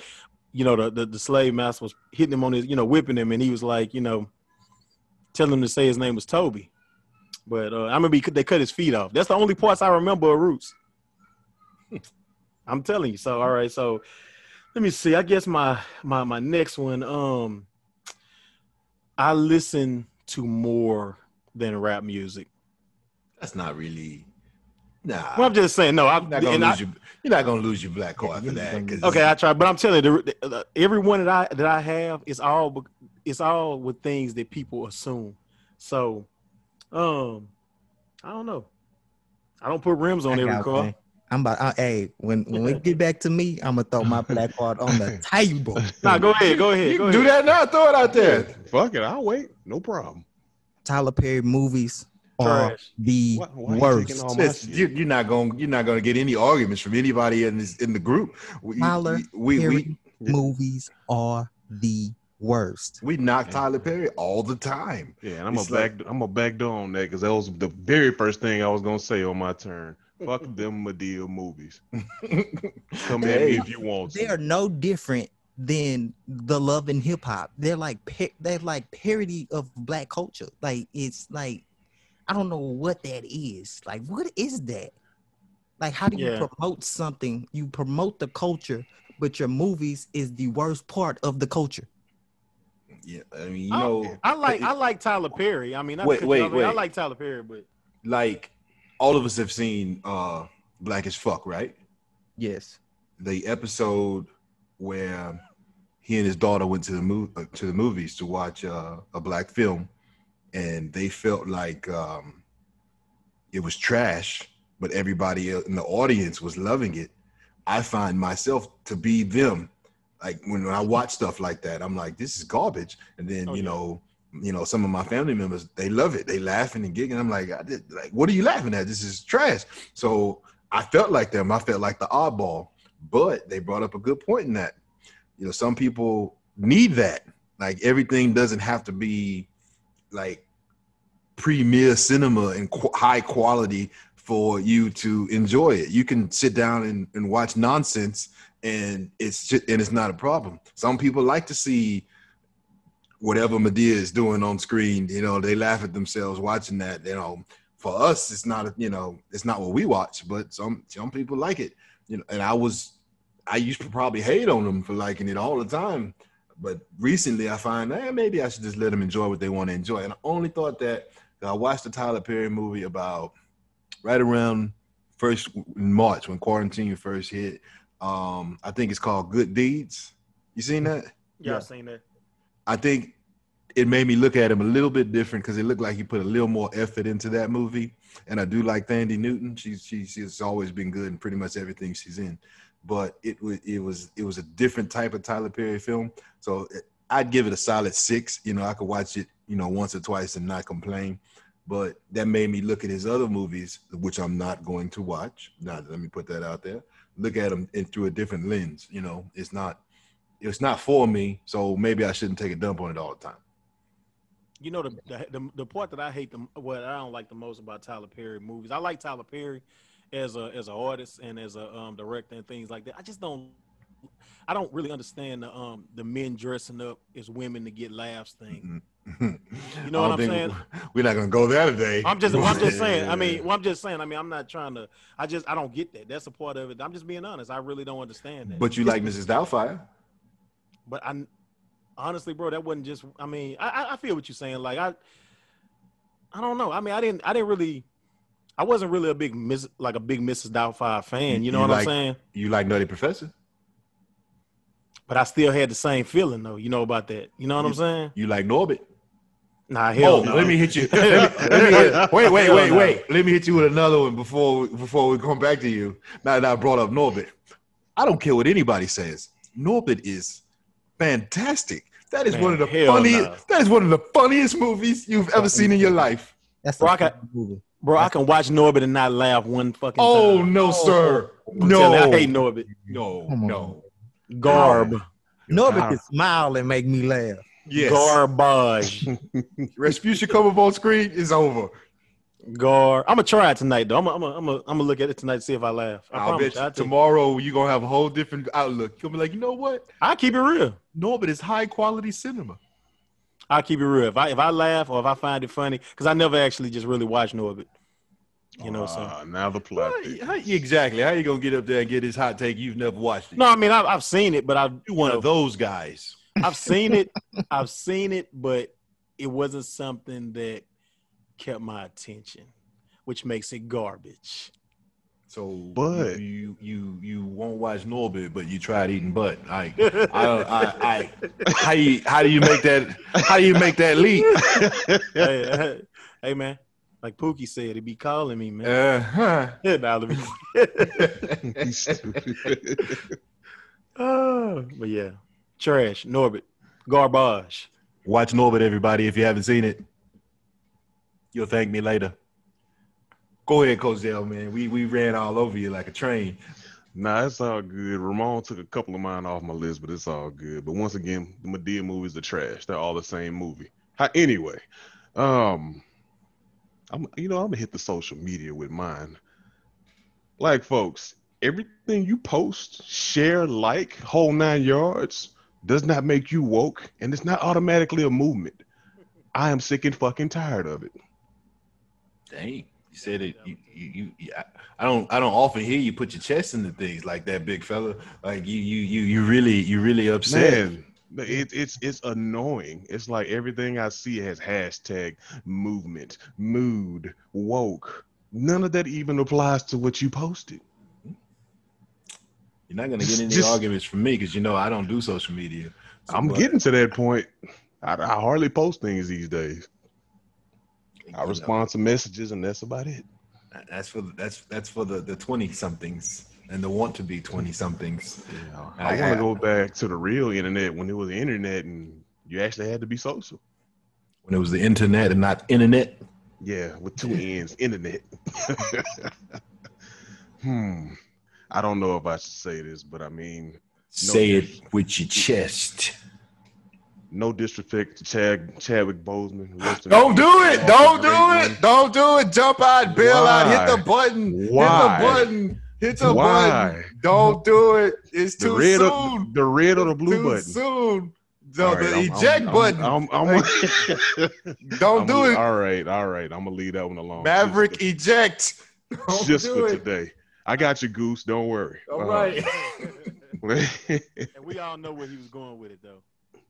Speaker 4: you know, the, the the slave master was hitting him on his, you know, whipping him, and he was like, you know, telling him to say his name was Toby. But uh, I remember he, cut- they cut his feet off. That's the only parts I remember of Roots. I'm telling you. So all right, so let me see. I guess my my my next one. Um, I listen to more than rap music.
Speaker 1: that's not really nah.
Speaker 4: Well, I'm just saying. No, I'm
Speaker 1: you're, not gonna
Speaker 4: and I-
Speaker 1: lose your, you're not gonna lose your black card for that. 'cause-
Speaker 4: Okay, I try, but I'm telling you, the, the, everyone that I that I have is all bec- it's all with things that people assume. So, um, I don't know. I don't put rims on
Speaker 2: I
Speaker 4: every
Speaker 2: got
Speaker 4: car.
Speaker 2: one. I'm about. I, hey, when when we get back to me, I'm gonna throw my black card on the table.
Speaker 4: Nah, go ahead, go ahead,
Speaker 1: you
Speaker 4: go
Speaker 1: can do
Speaker 4: ahead.
Speaker 1: that now. Throw it out there.
Speaker 3: Fuck it, I'll wait. No problem.
Speaker 2: Tyler Perry movies
Speaker 1: Uh,
Speaker 2: are
Speaker 4: Trash.
Speaker 2: the
Speaker 3: Why, why you
Speaker 2: worst.
Speaker 3: taking all my
Speaker 1: Sis,
Speaker 3: shit?
Speaker 1: you, you're not going. You're not going to get any arguments from anybody in this in the group. We
Speaker 2: Tyler
Speaker 1: we, we, we,
Speaker 2: Perry movies are the worst.
Speaker 1: we knock
Speaker 3: Yeah.
Speaker 1: Tyler Perry all the time.
Speaker 3: Yeah, and I'm a
Speaker 1: It's
Speaker 3: back.
Speaker 1: like-
Speaker 3: I'm a backdoor on that because that was the very first thing I was gonna say on my turn. Fuck them Medea movies. Come at me
Speaker 1: Hey,
Speaker 3: if you want.
Speaker 2: They
Speaker 3: to.
Speaker 2: are no different than the love and hip hop. They're like pa- they're like parody of black culture. Like it's like I don't know what that is. Like what is that? Like how do you
Speaker 4: Yeah.
Speaker 2: promote something? You promote the culture, but your movies is the worst part of the culture.
Speaker 1: yeah, I mean, you
Speaker 4: I-
Speaker 1: know,
Speaker 4: I like I like Tyler Perry. I mean, I,
Speaker 1: Wait,
Speaker 4: could-
Speaker 1: wait,
Speaker 4: I, mean,
Speaker 1: wait.
Speaker 4: I like Tyler Perry, but
Speaker 1: like all of us have seen uh Black as Fuck, right?
Speaker 2: Yes.
Speaker 1: The episode where he and his daughter went to the mov- uh, to the movies to watch uh, a black film, and they felt like um, it was trash, but everybody el- in the audience was loving it. I find myself to be them. Like when, when I watch stuff like that, I'm like, this is garbage. And then
Speaker 4: Oh,
Speaker 1: you
Speaker 4: yeah.
Speaker 1: know, you know, some of my family members they love it. They laughing and giggling. I'm like, I did, like, what are you laughing at? This is trash. So I felt like them. I felt like the oddball. But they brought up a good point in that. You know, some people need that. Like everything doesn't have to be like premier cinema and qu- high quality for you to enjoy it. You can sit down and, and watch nonsense and it's ju- and it's not a problem. Some people like to see whatever Medea is doing on screen, you know, they laugh at themselves watching that, you know. For us it's not a, you know, it's not what we watch, but some some people like it. You know, and I was I used to probably hate on them for liking it all the time but recently I find eh, maybe I should just let them enjoy what they want to enjoy. And I only thought that 'cause I watched the Tyler Perry movie about right around first in March when quarantine first hit. Um, I think it's called Good Deeds. You seen that?
Speaker 4: y'all
Speaker 1: Yeah.
Speaker 4: seen that?
Speaker 1: I think it made me look at him a little bit different because it looked like he put a little more effort into that movie. And I do like Thandi Newton. She's she, she's always been good in pretty much everything she's in. But it was it was it was a different type of Tyler Perry film. So it, I'd give it a solid six. You know, I could watch it you know once or twice and not complain. But that made me look at his other movies, which I'm not going to watch. Now let me put that out there. Look at them in, through a different lens. You know, it's not it's not for me, so maybe I shouldn't take a dump on it all the time.
Speaker 4: You know the, the the the part that I hate the what I don't like the most about Tyler Perry movies. I like Tyler Perry as a as an artist and as a um, director and things like that. I just don't I don't really understand the um the men dressing up as women to get laughs
Speaker 1: Mm-hmm.
Speaker 4: thing.
Speaker 1: you
Speaker 4: Mm-hmm. know what I'm saying?
Speaker 1: We're not gonna go there today.
Speaker 4: I'm just I'm just saying. I mean, well, I'm just saying. I mean, I'm not trying to. I just I don't get that. That's a part of it. I'm just being honest. I really don't understand that.
Speaker 1: but you like Mrs. Doubtfire?
Speaker 4: But I honestly, bro, that wasn't just. I mean, I- I I feel what you're saying. Like I, I don't know. I mean, I didn't I didn't really. I wasn't really a big miss like a big Mrs. Doubtfire fan. You know
Speaker 1: You
Speaker 4: what
Speaker 1: like-
Speaker 4: I'm saying?
Speaker 1: You like Nutty Professor?
Speaker 4: But I still had the same feeling though. You know about that. You know what I'm saying?
Speaker 1: You like Norbit?
Speaker 4: Nah, hell
Speaker 1: Oh,
Speaker 4: no.
Speaker 1: let me hit you. Let me, let me hit- wait, wait, wait, wait. Let me hit you with another one before before we come back to you. Now that I brought up Norbit, I don't care what anybody says. Norbit is fantastic. That is
Speaker 4: Man,
Speaker 1: one of the
Speaker 4: hell
Speaker 1: funniest.
Speaker 4: no.
Speaker 1: That is one of the funniest movies you've ever seen in your life.
Speaker 2: That's
Speaker 4: Bro, I
Speaker 2: the
Speaker 4: got-
Speaker 2: movie.
Speaker 4: Bro, I can watch Norbit and not laugh one fucking
Speaker 1: Oh
Speaker 4: time.
Speaker 1: no, sir.
Speaker 4: I'm telling
Speaker 1: No,
Speaker 4: you, I hate Norbit.
Speaker 1: no,
Speaker 2: Come on.
Speaker 1: no.
Speaker 4: Garb.
Speaker 2: Norbert can smile and make me laugh.
Speaker 1: Yes,
Speaker 4: Garbage.
Speaker 1: Rasputia come up on screen is over.
Speaker 4: Gar. I'm gonna try it tonight though. I'm gonna I'm gonna I'm gonna look at it tonight to see if I laugh. I
Speaker 1: I'll bet
Speaker 4: promise you. I,
Speaker 1: you,
Speaker 4: take-
Speaker 1: tomorrow you're gonna have a whole different outlook. You'll be like, you know what?
Speaker 4: I keep it real.
Speaker 1: Norbit is high quality cinema.
Speaker 4: I keep it real. If I if I laugh or if I find it funny, because I never actually just really watch Norbit. You know, so
Speaker 3: Ah, now the plot.
Speaker 1: Well,
Speaker 3: thickens.
Speaker 1: how- exactly. How you gonna get up there and get this hot take? You've never watched it.
Speaker 4: no, I mean I've I've seen it, but I've
Speaker 1: you one
Speaker 4: know,
Speaker 1: of those guys.
Speaker 4: I've seen it. I've seen it, but it wasn't something that kept my attention, which makes it garbage.
Speaker 1: So,
Speaker 3: But-
Speaker 1: you you you won't watch Norbit, but you tried eating butt. I I, I, I how you how do you make that how do you make that leap?
Speaker 4: hey, hey, hey, man, like Pookie said, it be calling me, man.
Speaker 1: Uh huh.
Speaker 4: Nah, let me-
Speaker 3: He's stupid.
Speaker 4: Ah, but yeah, trash, Norbit, garbage.
Speaker 1: Watch Norbit, everybody. If you haven't seen it, you'll thank me later. Go ahead, Cozell, man. We we ran all over you like a train.
Speaker 3: Nah, it's all good. Ramon took a couple of mine off my list, but it's all good. But once again, the Medea movies are trash. They're all the same movie. Hi- anyway, um, I'm you know I'm gonna hit the social media with mine. Like folks, everything you post, share, like, whole nine yards, does not make you woke, and it's not automatically a movement. I am sick and fucking tired of it.
Speaker 1: Dang, you said it. You, you, you, you- I- I don't, I don't often hear you put your chest into things like that, big fella. Like you, you, you, you really, you really upset.
Speaker 3: Man, it, it's it's annoying. It's like everything I see has hashtag movement, mood, woke. None of that even applies to what you posted.
Speaker 1: You're not gonna get any
Speaker 3: Just-
Speaker 1: arguments from me because you know I don't do social media. So,
Speaker 3: I'm
Speaker 1: but-
Speaker 3: getting to that point. I, I hardly post things these days.
Speaker 1: you
Speaker 3: I
Speaker 1: know,
Speaker 3: respond to messages, and that's about it.
Speaker 1: that's for the, that's that's for the the twenty somethings and the want to be twenty somethings.
Speaker 3: Yeah,
Speaker 1: I-
Speaker 3: I want
Speaker 1: I-
Speaker 3: to go back to the real internet when it was the internet and you actually had to be social.
Speaker 1: When it was the internet and not internet.
Speaker 3: Yeah, with two ends, internet. hmm. I don't know if I should say this, but I mean,
Speaker 1: Say it with your chest.
Speaker 3: No disrespect to Chad Chadwick Boseman. Rest in
Speaker 1: Don't
Speaker 3: peace.
Speaker 1: do it! Don't do it! Don't do it! Jump out, bail out, hit the button,
Speaker 3: Why?
Speaker 1: hit the button, hit the button.
Speaker 3: Why?
Speaker 1: Don't do it. It's
Speaker 3: The
Speaker 1: too
Speaker 3: red,
Speaker 1: soon.
Speaker 3: or, the red or the blue
Speaker 1: too
Speaker 3: button?
Speaker 1: soon. The,
Speaker 3: All right,
Speaker 1: the
Speaker 3: I'm- I'm-
Speaker 1: eject
Speaker 3: I'm-
Speaker 1: button.
Speaker 3: I'm- I'm-
Speaker 1: Don't
Speaker 3: I'm-
Speaker 1: do it.
Speaker 3: All right, all right. I'm gonna leave that one alone.
Speaker 1: Maverick
Speaker 3: just,
Speaker 1: eject. Don't
Speaker 3: just
Speaker 1: do
Speaker 3: for
Speaker 1: it.
Speaker 3: today. I got you, Goose. Don't worry.
Speaker 1: All right.
Speaker 3: Uh,
Speaker 4: and we all know where he was going with it though.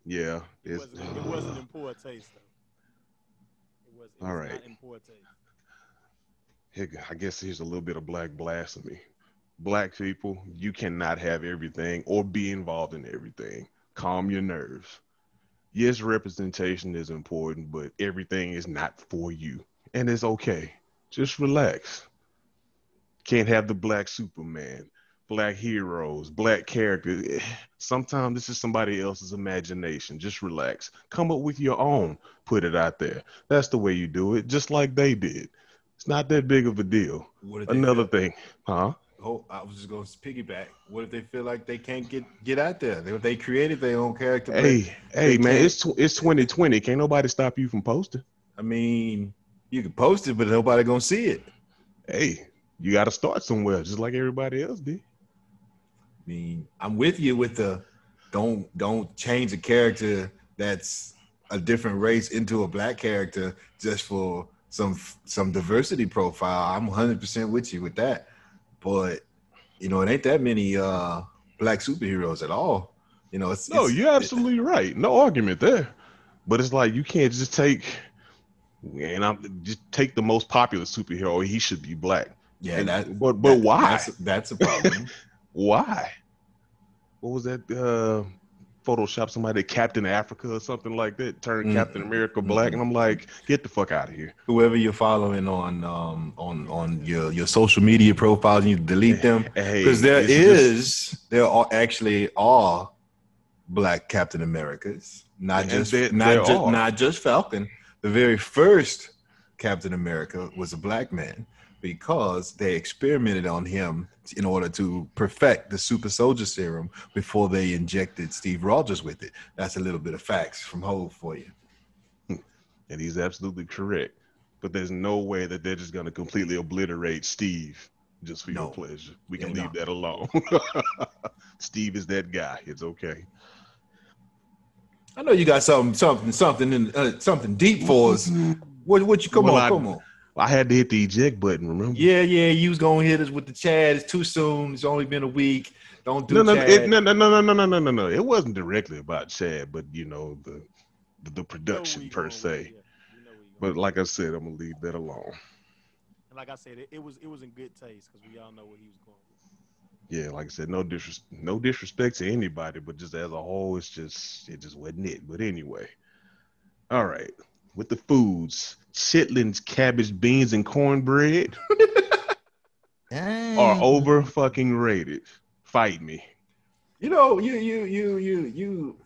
Speaker 3: yeah.
Speaker 4: It
Speaker 3: It's,
Speaker 4: wasn't, it wasn't in poor taste though. It was, it was
Speaker 3: All right.
Speaker 4: not in poor taste.
Speaker 3: Here go- I guess here's a little bit of black blasphemy. Black people, you cannot have everything or be involved in everything. Calm your nerves. Yes, representation is important, but everything is not for you. And it's okay. Just relax. Can't have the black Superman, black heroes, black characters. Sometimes this is somebody else's imagination. Just relax. Come up with your own. Put it out there. That's the way you do it, just like they did. It's not that big of a deal.
Speaker 1: What if they
Speaker 3: Another
Speaker 1: feel-
Speaker 3: thing, huh?
Speaker 1: Oh, I was just going to piggyback. What if they feel like they can't get get out there? They, they created their own character. but,
Speaker 3: Hey, hey, man,
Speaker 1: can't-
Speaker 3: it's tw- it's 2020. Can't nobody stop you from posting.
Speaker 1: I mean, you can post it, but nobody gonna see it.
Speaker 3: Hey, you got to start somewhere, just like everybody else did.
Speaker 1: I mean, I'm with you with the don't don't change a character that's a different race into a black character just for some some diversity profile. I'm 100% with you with that. But you know, it ain't that many uh black superheroes at all. You know, it's
Speaker 3: No,
Speaker 1: it's-
Speaker 3: you're absolutely right. No argument there. But it's like you can't just take and I'm just take the most popular superhero. He should be black.
Speaker 1: yeah,
Speaker 3: And-
Speaker 1: that,
Speaker 3: but but why?
Speaker 1: That's, that's a problem.
Speaker 3: why? What was that? Uh, Photoshop somebody Captain Africa or something like that, turn
Speaker 1: Mm.
Speaker 3: Captain America black, and I'm like, get the fuck out of here.
Speaker 1: Whoever you're following on um on on your your social media profiles, you delete them
Speaker 3: Hey,
Speaker 1: because there
Speaker 3: this just-
Speaker 1: is there are actually are black Captain Americas, not
Speaker 3: And
Speaker 1: just
Speaker 3: there- there
Speaker 1: not just
Speaker 3: are.
Speaker 1: not just Falcon. The very first Captain America was a black man because they experimented on him in order to perfect the super soldier serum before they injected Steve Rogers with it. That's a little bit of facts from Hove for you.
Speaker 3: and he's absolutely correct. But there's no way that they're just gonna completely obliterate Steve just for
Speaker 1: No.
Speaker 3: your pleasure. We can
Speaker 1: Yeah,
Speaker 3: leave that alone. Steve is that guy. It's okay.
Speaker 1: I know you got something something something in, uh, something deep for us. What what you come
Speaker 3: Well,
Speaker 1: on
Speaker 3: I-
Speaker 1: come on.
Speaker 3: I had to hit the eject button. Remember?
Speaker 1: Yeah, yeah, you was gonna hit us with the Chad. It's too soon. It's only been a week. Don't do
Speaker 3: No, no,
Speaker 1: Chad.
Speaker 3: it, no, no, no, no, no, no, no, no. It wasn't directly about Chad, but you know the the, the production per se. But like I said, I'm gonna leave that alone.
Speaker 4: And like I said, it, it was it was in good taste because we all know what he was going with.
Speaker 3: Yeah, like I said, no disres- no disrespect to anybody, but just as a whole, it's just it just wasn't it. But anyway, all right, with the foods, chitlins, cabbage, beans, and cornbread are
Speaker 2: Dang.
Speaker 3: over fucking rated. Fight me.
Speaker 1: You know, you you you you you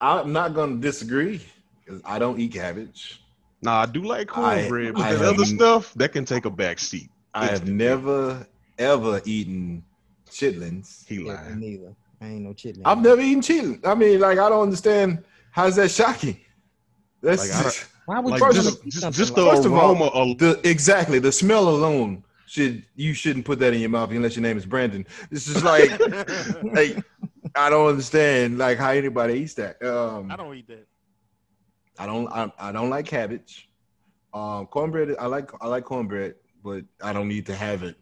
Speaker 1: I'm not gonna disagree because I don't eat cabbage.
Speaker 3: Now I do like
Speaker 1: I-
Speaker 3: cornbread, but
Speaker 1: I
Speaker 3: that other
Speaker 1: am-
Speaker 3: stuff that can take a back seat.
Speaker 1: I have
Speaker 3: It's-
Speaker 1: never ever eaten chitlins.
Speaker 3: He
Speaker 2: Yeah, me
Speaker 3: lying.
Speaker 2: neither. I ain't no chitlin.
Speaker 1: I've never eaten chitlins. I mean, like I don't understand how's that shocking. That's
Speaker 3: Like, I don't-
Speaker 2: Why would
Speaker 3: Like
Speaker 2: you
Speaker 1: first
Speaker 2: wanna
Speaker 1: of-
Speaker 3: just,
Speaker 2: eat
Speaker 3: just,
Speaker 2: something
Speaker 3: just the
Speaker 2: like
Speaker 1: First of all,
Speaker 3: aroma al-
Speaker 1: the exactly the smell alone should you shouldn't put that in your mouth unless your name is Brandon. This is like like I don't understand like how anybody eats that. Um,
Speaker 4: I don't eat that.
Speaker 1: I don't I, I don't like cabbage. Um, cornbread I like I like cornbread, but I don't need to have it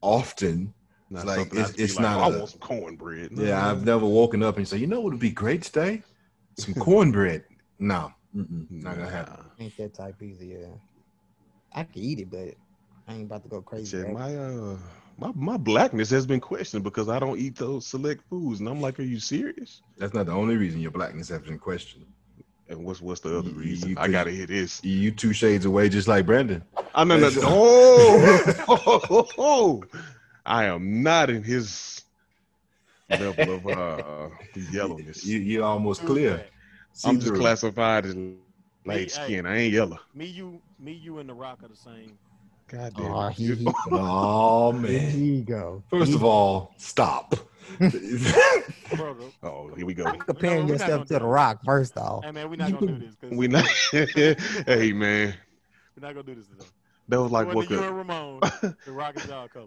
Speaker 1: often.
Speaker 3: Not
Speaker 1: like,
Speaker 3: something
Speaker 1: it's-
Speaker 3: I'd be
Speaker 1: it's
Speaker 3: like,
Speaker 1: not
Speaker 3: "Oh, I
Speaker 1: a-
Speaker 3: want some cornbread.
Speaker 1: Yeah, I've never woken up and say, you know what would be great today? Some cornbread. No, mm-mm, not gonna happen.
Speaker 3: Nah.
Speaker 2: Ain't that type easy? Yeah. I could eat it, but I ain't about to go
Speaker 3: He
Speaker 2: crazy.
Speaker 3: said,
Speaker 2: about it.
Speaker 3: my uh my, my blackness has been questioned because I don't eat those select foods. And I'm like, are you serious?
Speaker 1: That's not the only reason your blackness has been questioned.
Speaker 3: And what's what's the other
Speaker 1: You-
Speaker 3: reason?
Speaker 1: you
Speaker 3: I
Speaker 1: could-
Speaker 3: gotta hear this.
Speaker 1: You, you two shades away, just like Brandon.
Speaker 3: I no no
Speaker 1: That's-
Speaker 3: oh, I am not in his level of uh yellowness.
Speaker 1: You you
Speaker 4: Mm.
Speaker 1: almost clear.
Speaker 3: I'm just
Speaker 1: See-through.
Speaker 3: classified as light
Speaker 4: hey.
Speaker 3: skin. I ain't yellow.
Speaker 4: Me, you, me, you, and the Rock are the same.
Speaker 3: God damn.
Speaker 2: Oh,
Speaker 3: it.
Speaker 2: here he go.
Speaker 1: Oh
Speaker 2: Here
Speaker 1: man.
Speaker 2: he go.
Speaker 1: First
Speaker 2: He-
Speaker 1: of all, stop.
Speaker 4: Bro, the-
Speaker 3: oh, here we go.
Speaker 4: we-
Speaker 2: comparing
Speaker 4: we're not
Speaker 2: yourself
Speaker 4: gonna
Speaker 2: to
Speaker 4: do
Speaker 2: the
Speaker 4: this.
Speaker 2: Rock. First off,
Speaker 4: Hey man, we're not gonna do this. 'cause
Speaker 3: We not hey man.
Speaker 4: We're not gonna do this today.
Speaker 3: That was like
Speaker 4: Whether
Speaker 3: what
Speaker 4: you
Speaker 3: the
Speaker 4: and Ramon, the Rock is all color.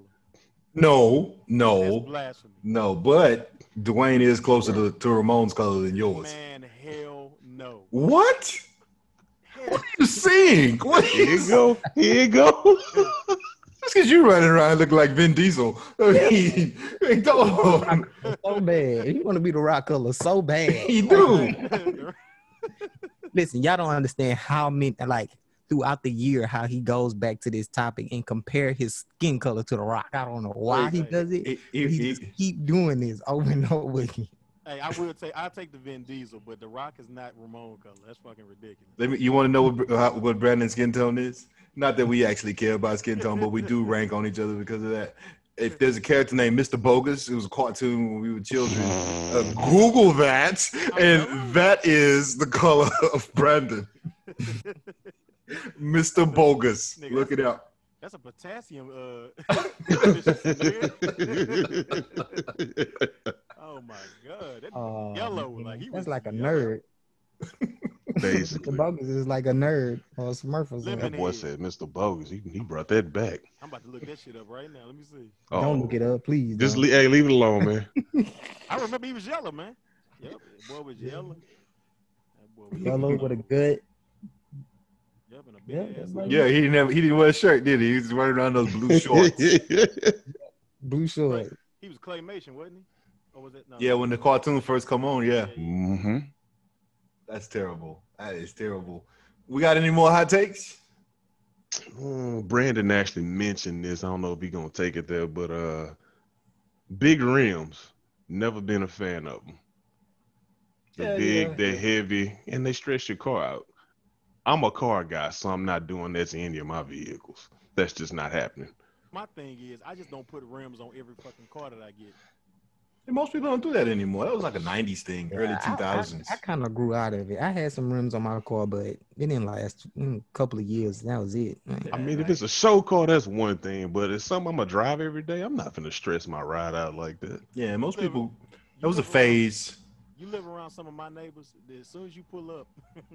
Speaker 1: no,
Speaker 3: Oh,
Speaker 4: That's
Speaker 1: no,
Speaker 4: blasphemy.
Speaker 1: no. But Dwayne is closer to, to Ramon's color than yours.
Speaker 4: Man, hell no.
Speaker 1: What?
Speaker 4: Hell,
Speaker 1: You sing? What?
Speaker 3: here you go. Here you go.
Speaker 1: Just because you running around looking like Vin Diesel. I mean, like, dog,
Speaker 2: so bad. You want to be the Rock color so bad.
Speaker 1: you do.
Speaker 2: Listen, y'all don't understand how many like throughout the year how he goes back to this topic and compare his skin color to the Rock. I don't know why he does it.
Speaker 1: It-
Speaker 2: but
Speaker 1: it-
Speaker 2: He
Speaker 1: it-
Speaker 2: just keep doing this over and over again.
Speaker 4: hey, I will take I take the Vin Diesel, but the Rock is not Ramon color. That's fucking ridiculous.
Speaker 1: Let me, you want to know what, how, what Brandon's skin tone is? Not that we actually care about skin tone, but we do rank on each other because of that. If there's a character named Mr. Bogus, it was a cartoon when we were children. Uh, Google that, and that is the color of Brandon. Mr. Bogus.
Speaker 4: Nigga,
Speaker 1: Look it up.
Speaker 4: That's a potassium uh Oh my god. That
Speaker 2: Uh,
Speaker 4: Yellow, like, he was
Speaker 2: that's like a
Speaker 4: yellow.
Speaker 2: nerd.
Speaker 3: Basically.
Speaker 2: Mr. Bogus is like a nerd or a Smurf or
Speaker 4: Lemon-
Speaker 2: something.
Speaker 3: That boy said Mr. Bogus. He, he brought that back.
Speaker 4: I'm about to look that shit up right now. Let me see.
Speaker 3: Oh,
Speaker 2: Don't look it up, please.
Speaker 3: Just
Speaker 2: don't.
Speaker 3: le- hey, leave it alone, man.
Speaker 4: I remember he was yellow, man. Yep, that boy was yellow. That boy was
Speaker 2: yellow with a gut.
Speaker 4: Yep, and a
Speaker 2: Yeah,
Speaker 4: big ass.
Speaker 2: that's like-
Speaker 1: Yeah, he didn't have, he didn't wear a shirt, did he? He was wearing around those blue shorts.
Speaker 2: blue shorts.
Speaker 4: He was claymation, wasn't he? Or was it no?
Speaker 1: yeah, when the cartoon first come on, yeah.
Speaker 2: Mm-hmm.
Speaker 3: hmm
Speaker 1: That's terrible. That is terrible. We got any more hot takes?
Speaker 3: Oh, Brandon actually mentioned this. I don't know if he's gonna take it there, but uh, big rims. Never been a fan of them. They're
Speaker 5: Yeah,
Speaker 3: big,
Speaker 5: yeah.
Speaker 3: they're heavy, and they stretch your car out. I'm a car guy, so I'm not doing that to any of my vehicles. That's just not happening.
Speaker 4: My thing is, I just don't put rims on every fucking car that I get.
Speaker 1: And most people don't do that anymore. That was like a '90s thing, early
Speaker 2: Yeah, I-
Speaker 1: 2000s.
Speaker 2: I, kind of grew out of it. I had some rims on my car, but it didn't last mm, a couple of years. and That was it. Like,
Speaker 3: I mean, if it's a show car, that's one thing, but it's something I'm gonna drive every day. I'm not gonna stress my ride out like that.
Speaker 1: yeah, most people.
Speaker 4: You um,
Speaker 1: That was a
Speaker 4: live around-
Speaker 1: phase.
Speaker 4: you live around some of my neighbors. As soon as you pull up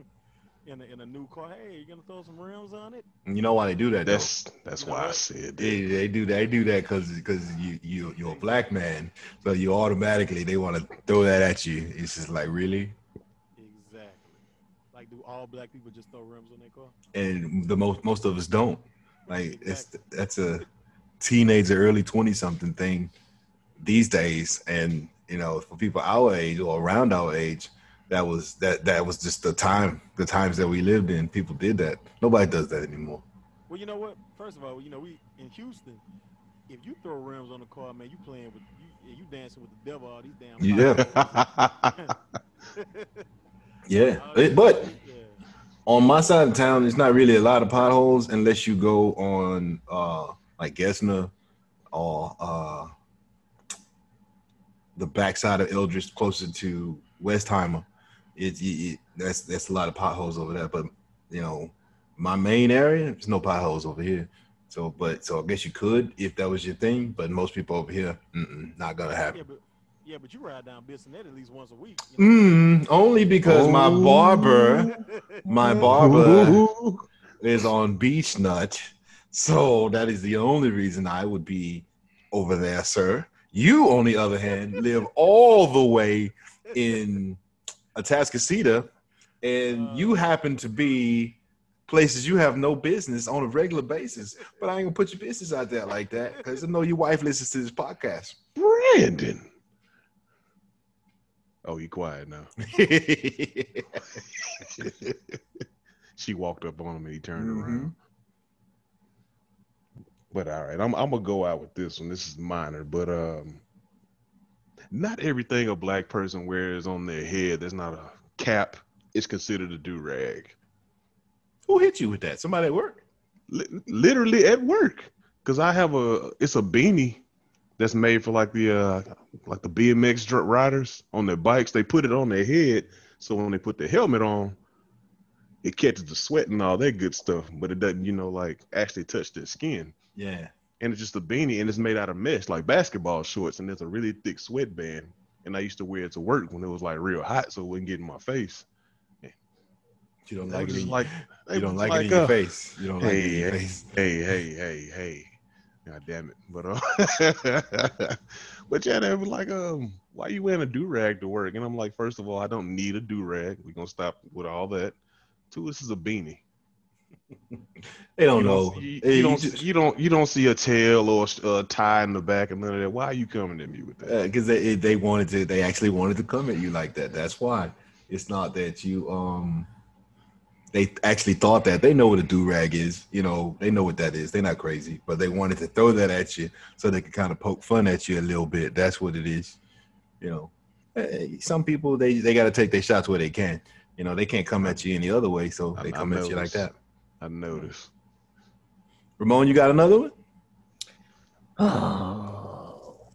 Speaker 4: in a, in a new car, hey, you gonna throw some rims on it?
Speaker 1: And You know why they do that? though?
Speaker 3: That's that's
Speaker 4: You know
Speaker 3: why I
Speaker 4: what?
Speaker 3: said that.
Speaker 1: They, they do they do that because you you you're a black man, so you automatically they want to throw that at you. It's just like really,
Speaker 4: Exactly. Like, do all black people just throw rims on their car?
Speaker 1: and the most most of us don't. Like it's that's a teenager, early twenty something thing these days, and you know for people our age or around our age, that was that that was just the time the times that we lived in. People did that. Nobody does that anymore.
Speaker 4: Well, you know what? First of all, you know we in Houston, if you throw rims on the car, man, you playing with you, you dancing with the devil. All these damn
Speaker 1: Yeah. Yeah,
Speaker 4: Oh,
Speaker 1: It- but
Speaker 4: Yeah.
Speaker 1: on my side of town, it's not really a lot of potholes unless you go on uh like Gesner or uh the backside of Eldridge, closer to Westheimer. It, it, it- that's that's a lot of potholes over there. But you know, my main area, there's no potholes over here. So, but so I guess you could if that was your thing. But most people over here, mm-mm, not gonna
Speaker 4: yeah,
Speaker 1: happen.
Speaker 4: but yeah, but you ride down Bissonnette at least once a week. you know?
Speaker 1: Mm, only because my barber, my barber.
Speaker 3: Ooh.
Speaker 1: is on Beach Nut. So that is the only reason I would be over there, sir. You, on the other hand, live all the way in Atascocita, and
Speaker 3: Uh.
Speaker 1: you happen to be places you have no business on a regular basis. But I ain't gonna put your business out there like that because I know your wife listens to this podcast.
Speaker 3: Brandon. Oh, you quiet now. she walked up on him and he turned
Speaker 1: Mhm.
Speaker 3: around. But all right, I'm I'm gonna go out with this one. This is minor, but um, not everything a black person wears on their head that's not a cap is considered a do rag.
Speaker 1: Who hit you with that? Somebody at work?
Speaker 3: Li- literally at work, because I have a it's a beanie that's made for like the uh like the BMX dr- riders on their bikes. They put it on their head, so when they put the helmet on, it catches the sweat and all that good stuff, but it doesn't, you know, like actually touch their skin.
Speaker 1: Yeah.
Speaker 3: And it's just a beanie, and it's made out of mesh, like basketball shorts, and it's a really thick sweatband. And I used to wear it to work when it was like real hot, so it wouldn't get in my face.
Speaker 1: You don't
Speaker 3: They
Speaker 1: like
Speaker 3: was
Speaker 1: it.
Speaker 3: just
Speaker 1: in-
Speaker 3: like
Speaker 1: You don't like it in
Speaker 3: uh,
Speaker 1: your face. You don't like it in your
Speaker 3: hey,
Speaker 1: face.
Speaker 3: hey, hey, hey, hey. God damn it. But uh but yeah, they were like, um, why you wearing a do rag to work? And I'm like, first of all, I don't need a do rag. We're gonna stop with all that. Two, this is a beanie.
Speaker 1: They don't
Speaker 3: You
Speaker 1: know.
Speaker 3: don't, see,
Speaker 1: Hey,
Speaker 3: you,
Speaker 1: you
Speaker 3: don't
Speaker 1: just-
Speaker 3: you don't you don't see a tail or a tie in the back and none of that. Why are you coming at me with that?
Speaker 1: because Uh, they they wanted to they actually wanted to come at you like that. That's why it's not that you um they actually thought that they know what a do rag is. You know they know what that is. They're not crazy, but they wanted to throw that at you so they could kind of poke fun at you a little bit. That's what it is. You know, Eh, some people they they got to take their shots where they can. You know they can't come at you any other way, so
Speaker 3: I-
Speaker 1: they
Speaker 3: I
Speaker 1: come at you like
Speaker 3: noticed.
Speaker 1: that.
Speaker 3: I noticed.
Speaker 1: Ramon, you got another one?
Speaker 2: oh,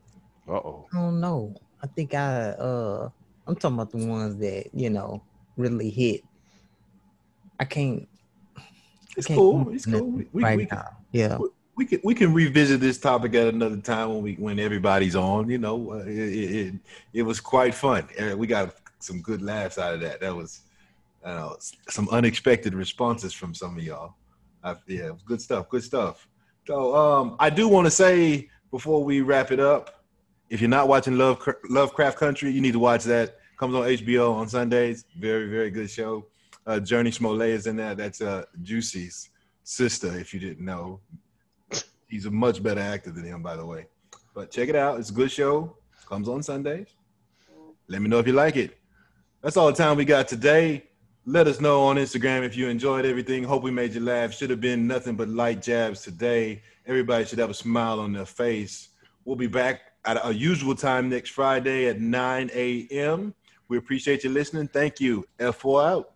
Speaker 3: Uh oh.
Speaker 2: I don't know. I think I uh, I'm talking about the ones that you know really hit. I can't.
Speaker 1: It's
Speaker 2: can't
Speaker 1: cool.
Speaker 2: come up
Speaker 1: It's
Speaker 2: with
Speaker 1: cool. We,
Speaker 2: nothing
Speaker 1: we,
Speaker 2: right
Speaker 1: we can,
Speaker 2: now. Yeah.
Speaker 1: we can we can revisit this topic at another time when we when everybody's on. You know, uh, it, it, it- it was quite fun. Uh, We got some good laughs out of that. That was, I don't know, s- some unexpected responses from some of y'all. I, yeah, it was good stuff. Good stuff. So um, I do want to say before we wrap it up, if you're not watching Love Lovecraft Country, you need to watch that. Comes on HBO on Sundays. Very very good show. Uh, Journey Smollett is in there. That's uh, Juicy's sister, if you didn't know. He's a much better actor than him, by the way. But check it out. It's a good show. Comes on Sundays. Let me know if you like it. That's all the time we got today. Let us know on Instagram if you enjoyed everything. Hope we made you laugh. Should have been nothing but light jabs today. Everybody should have a smile on their face. We'll be back at our usual time next Friday at 9 a.m. We appreciate you listening. Thank you. F4 out.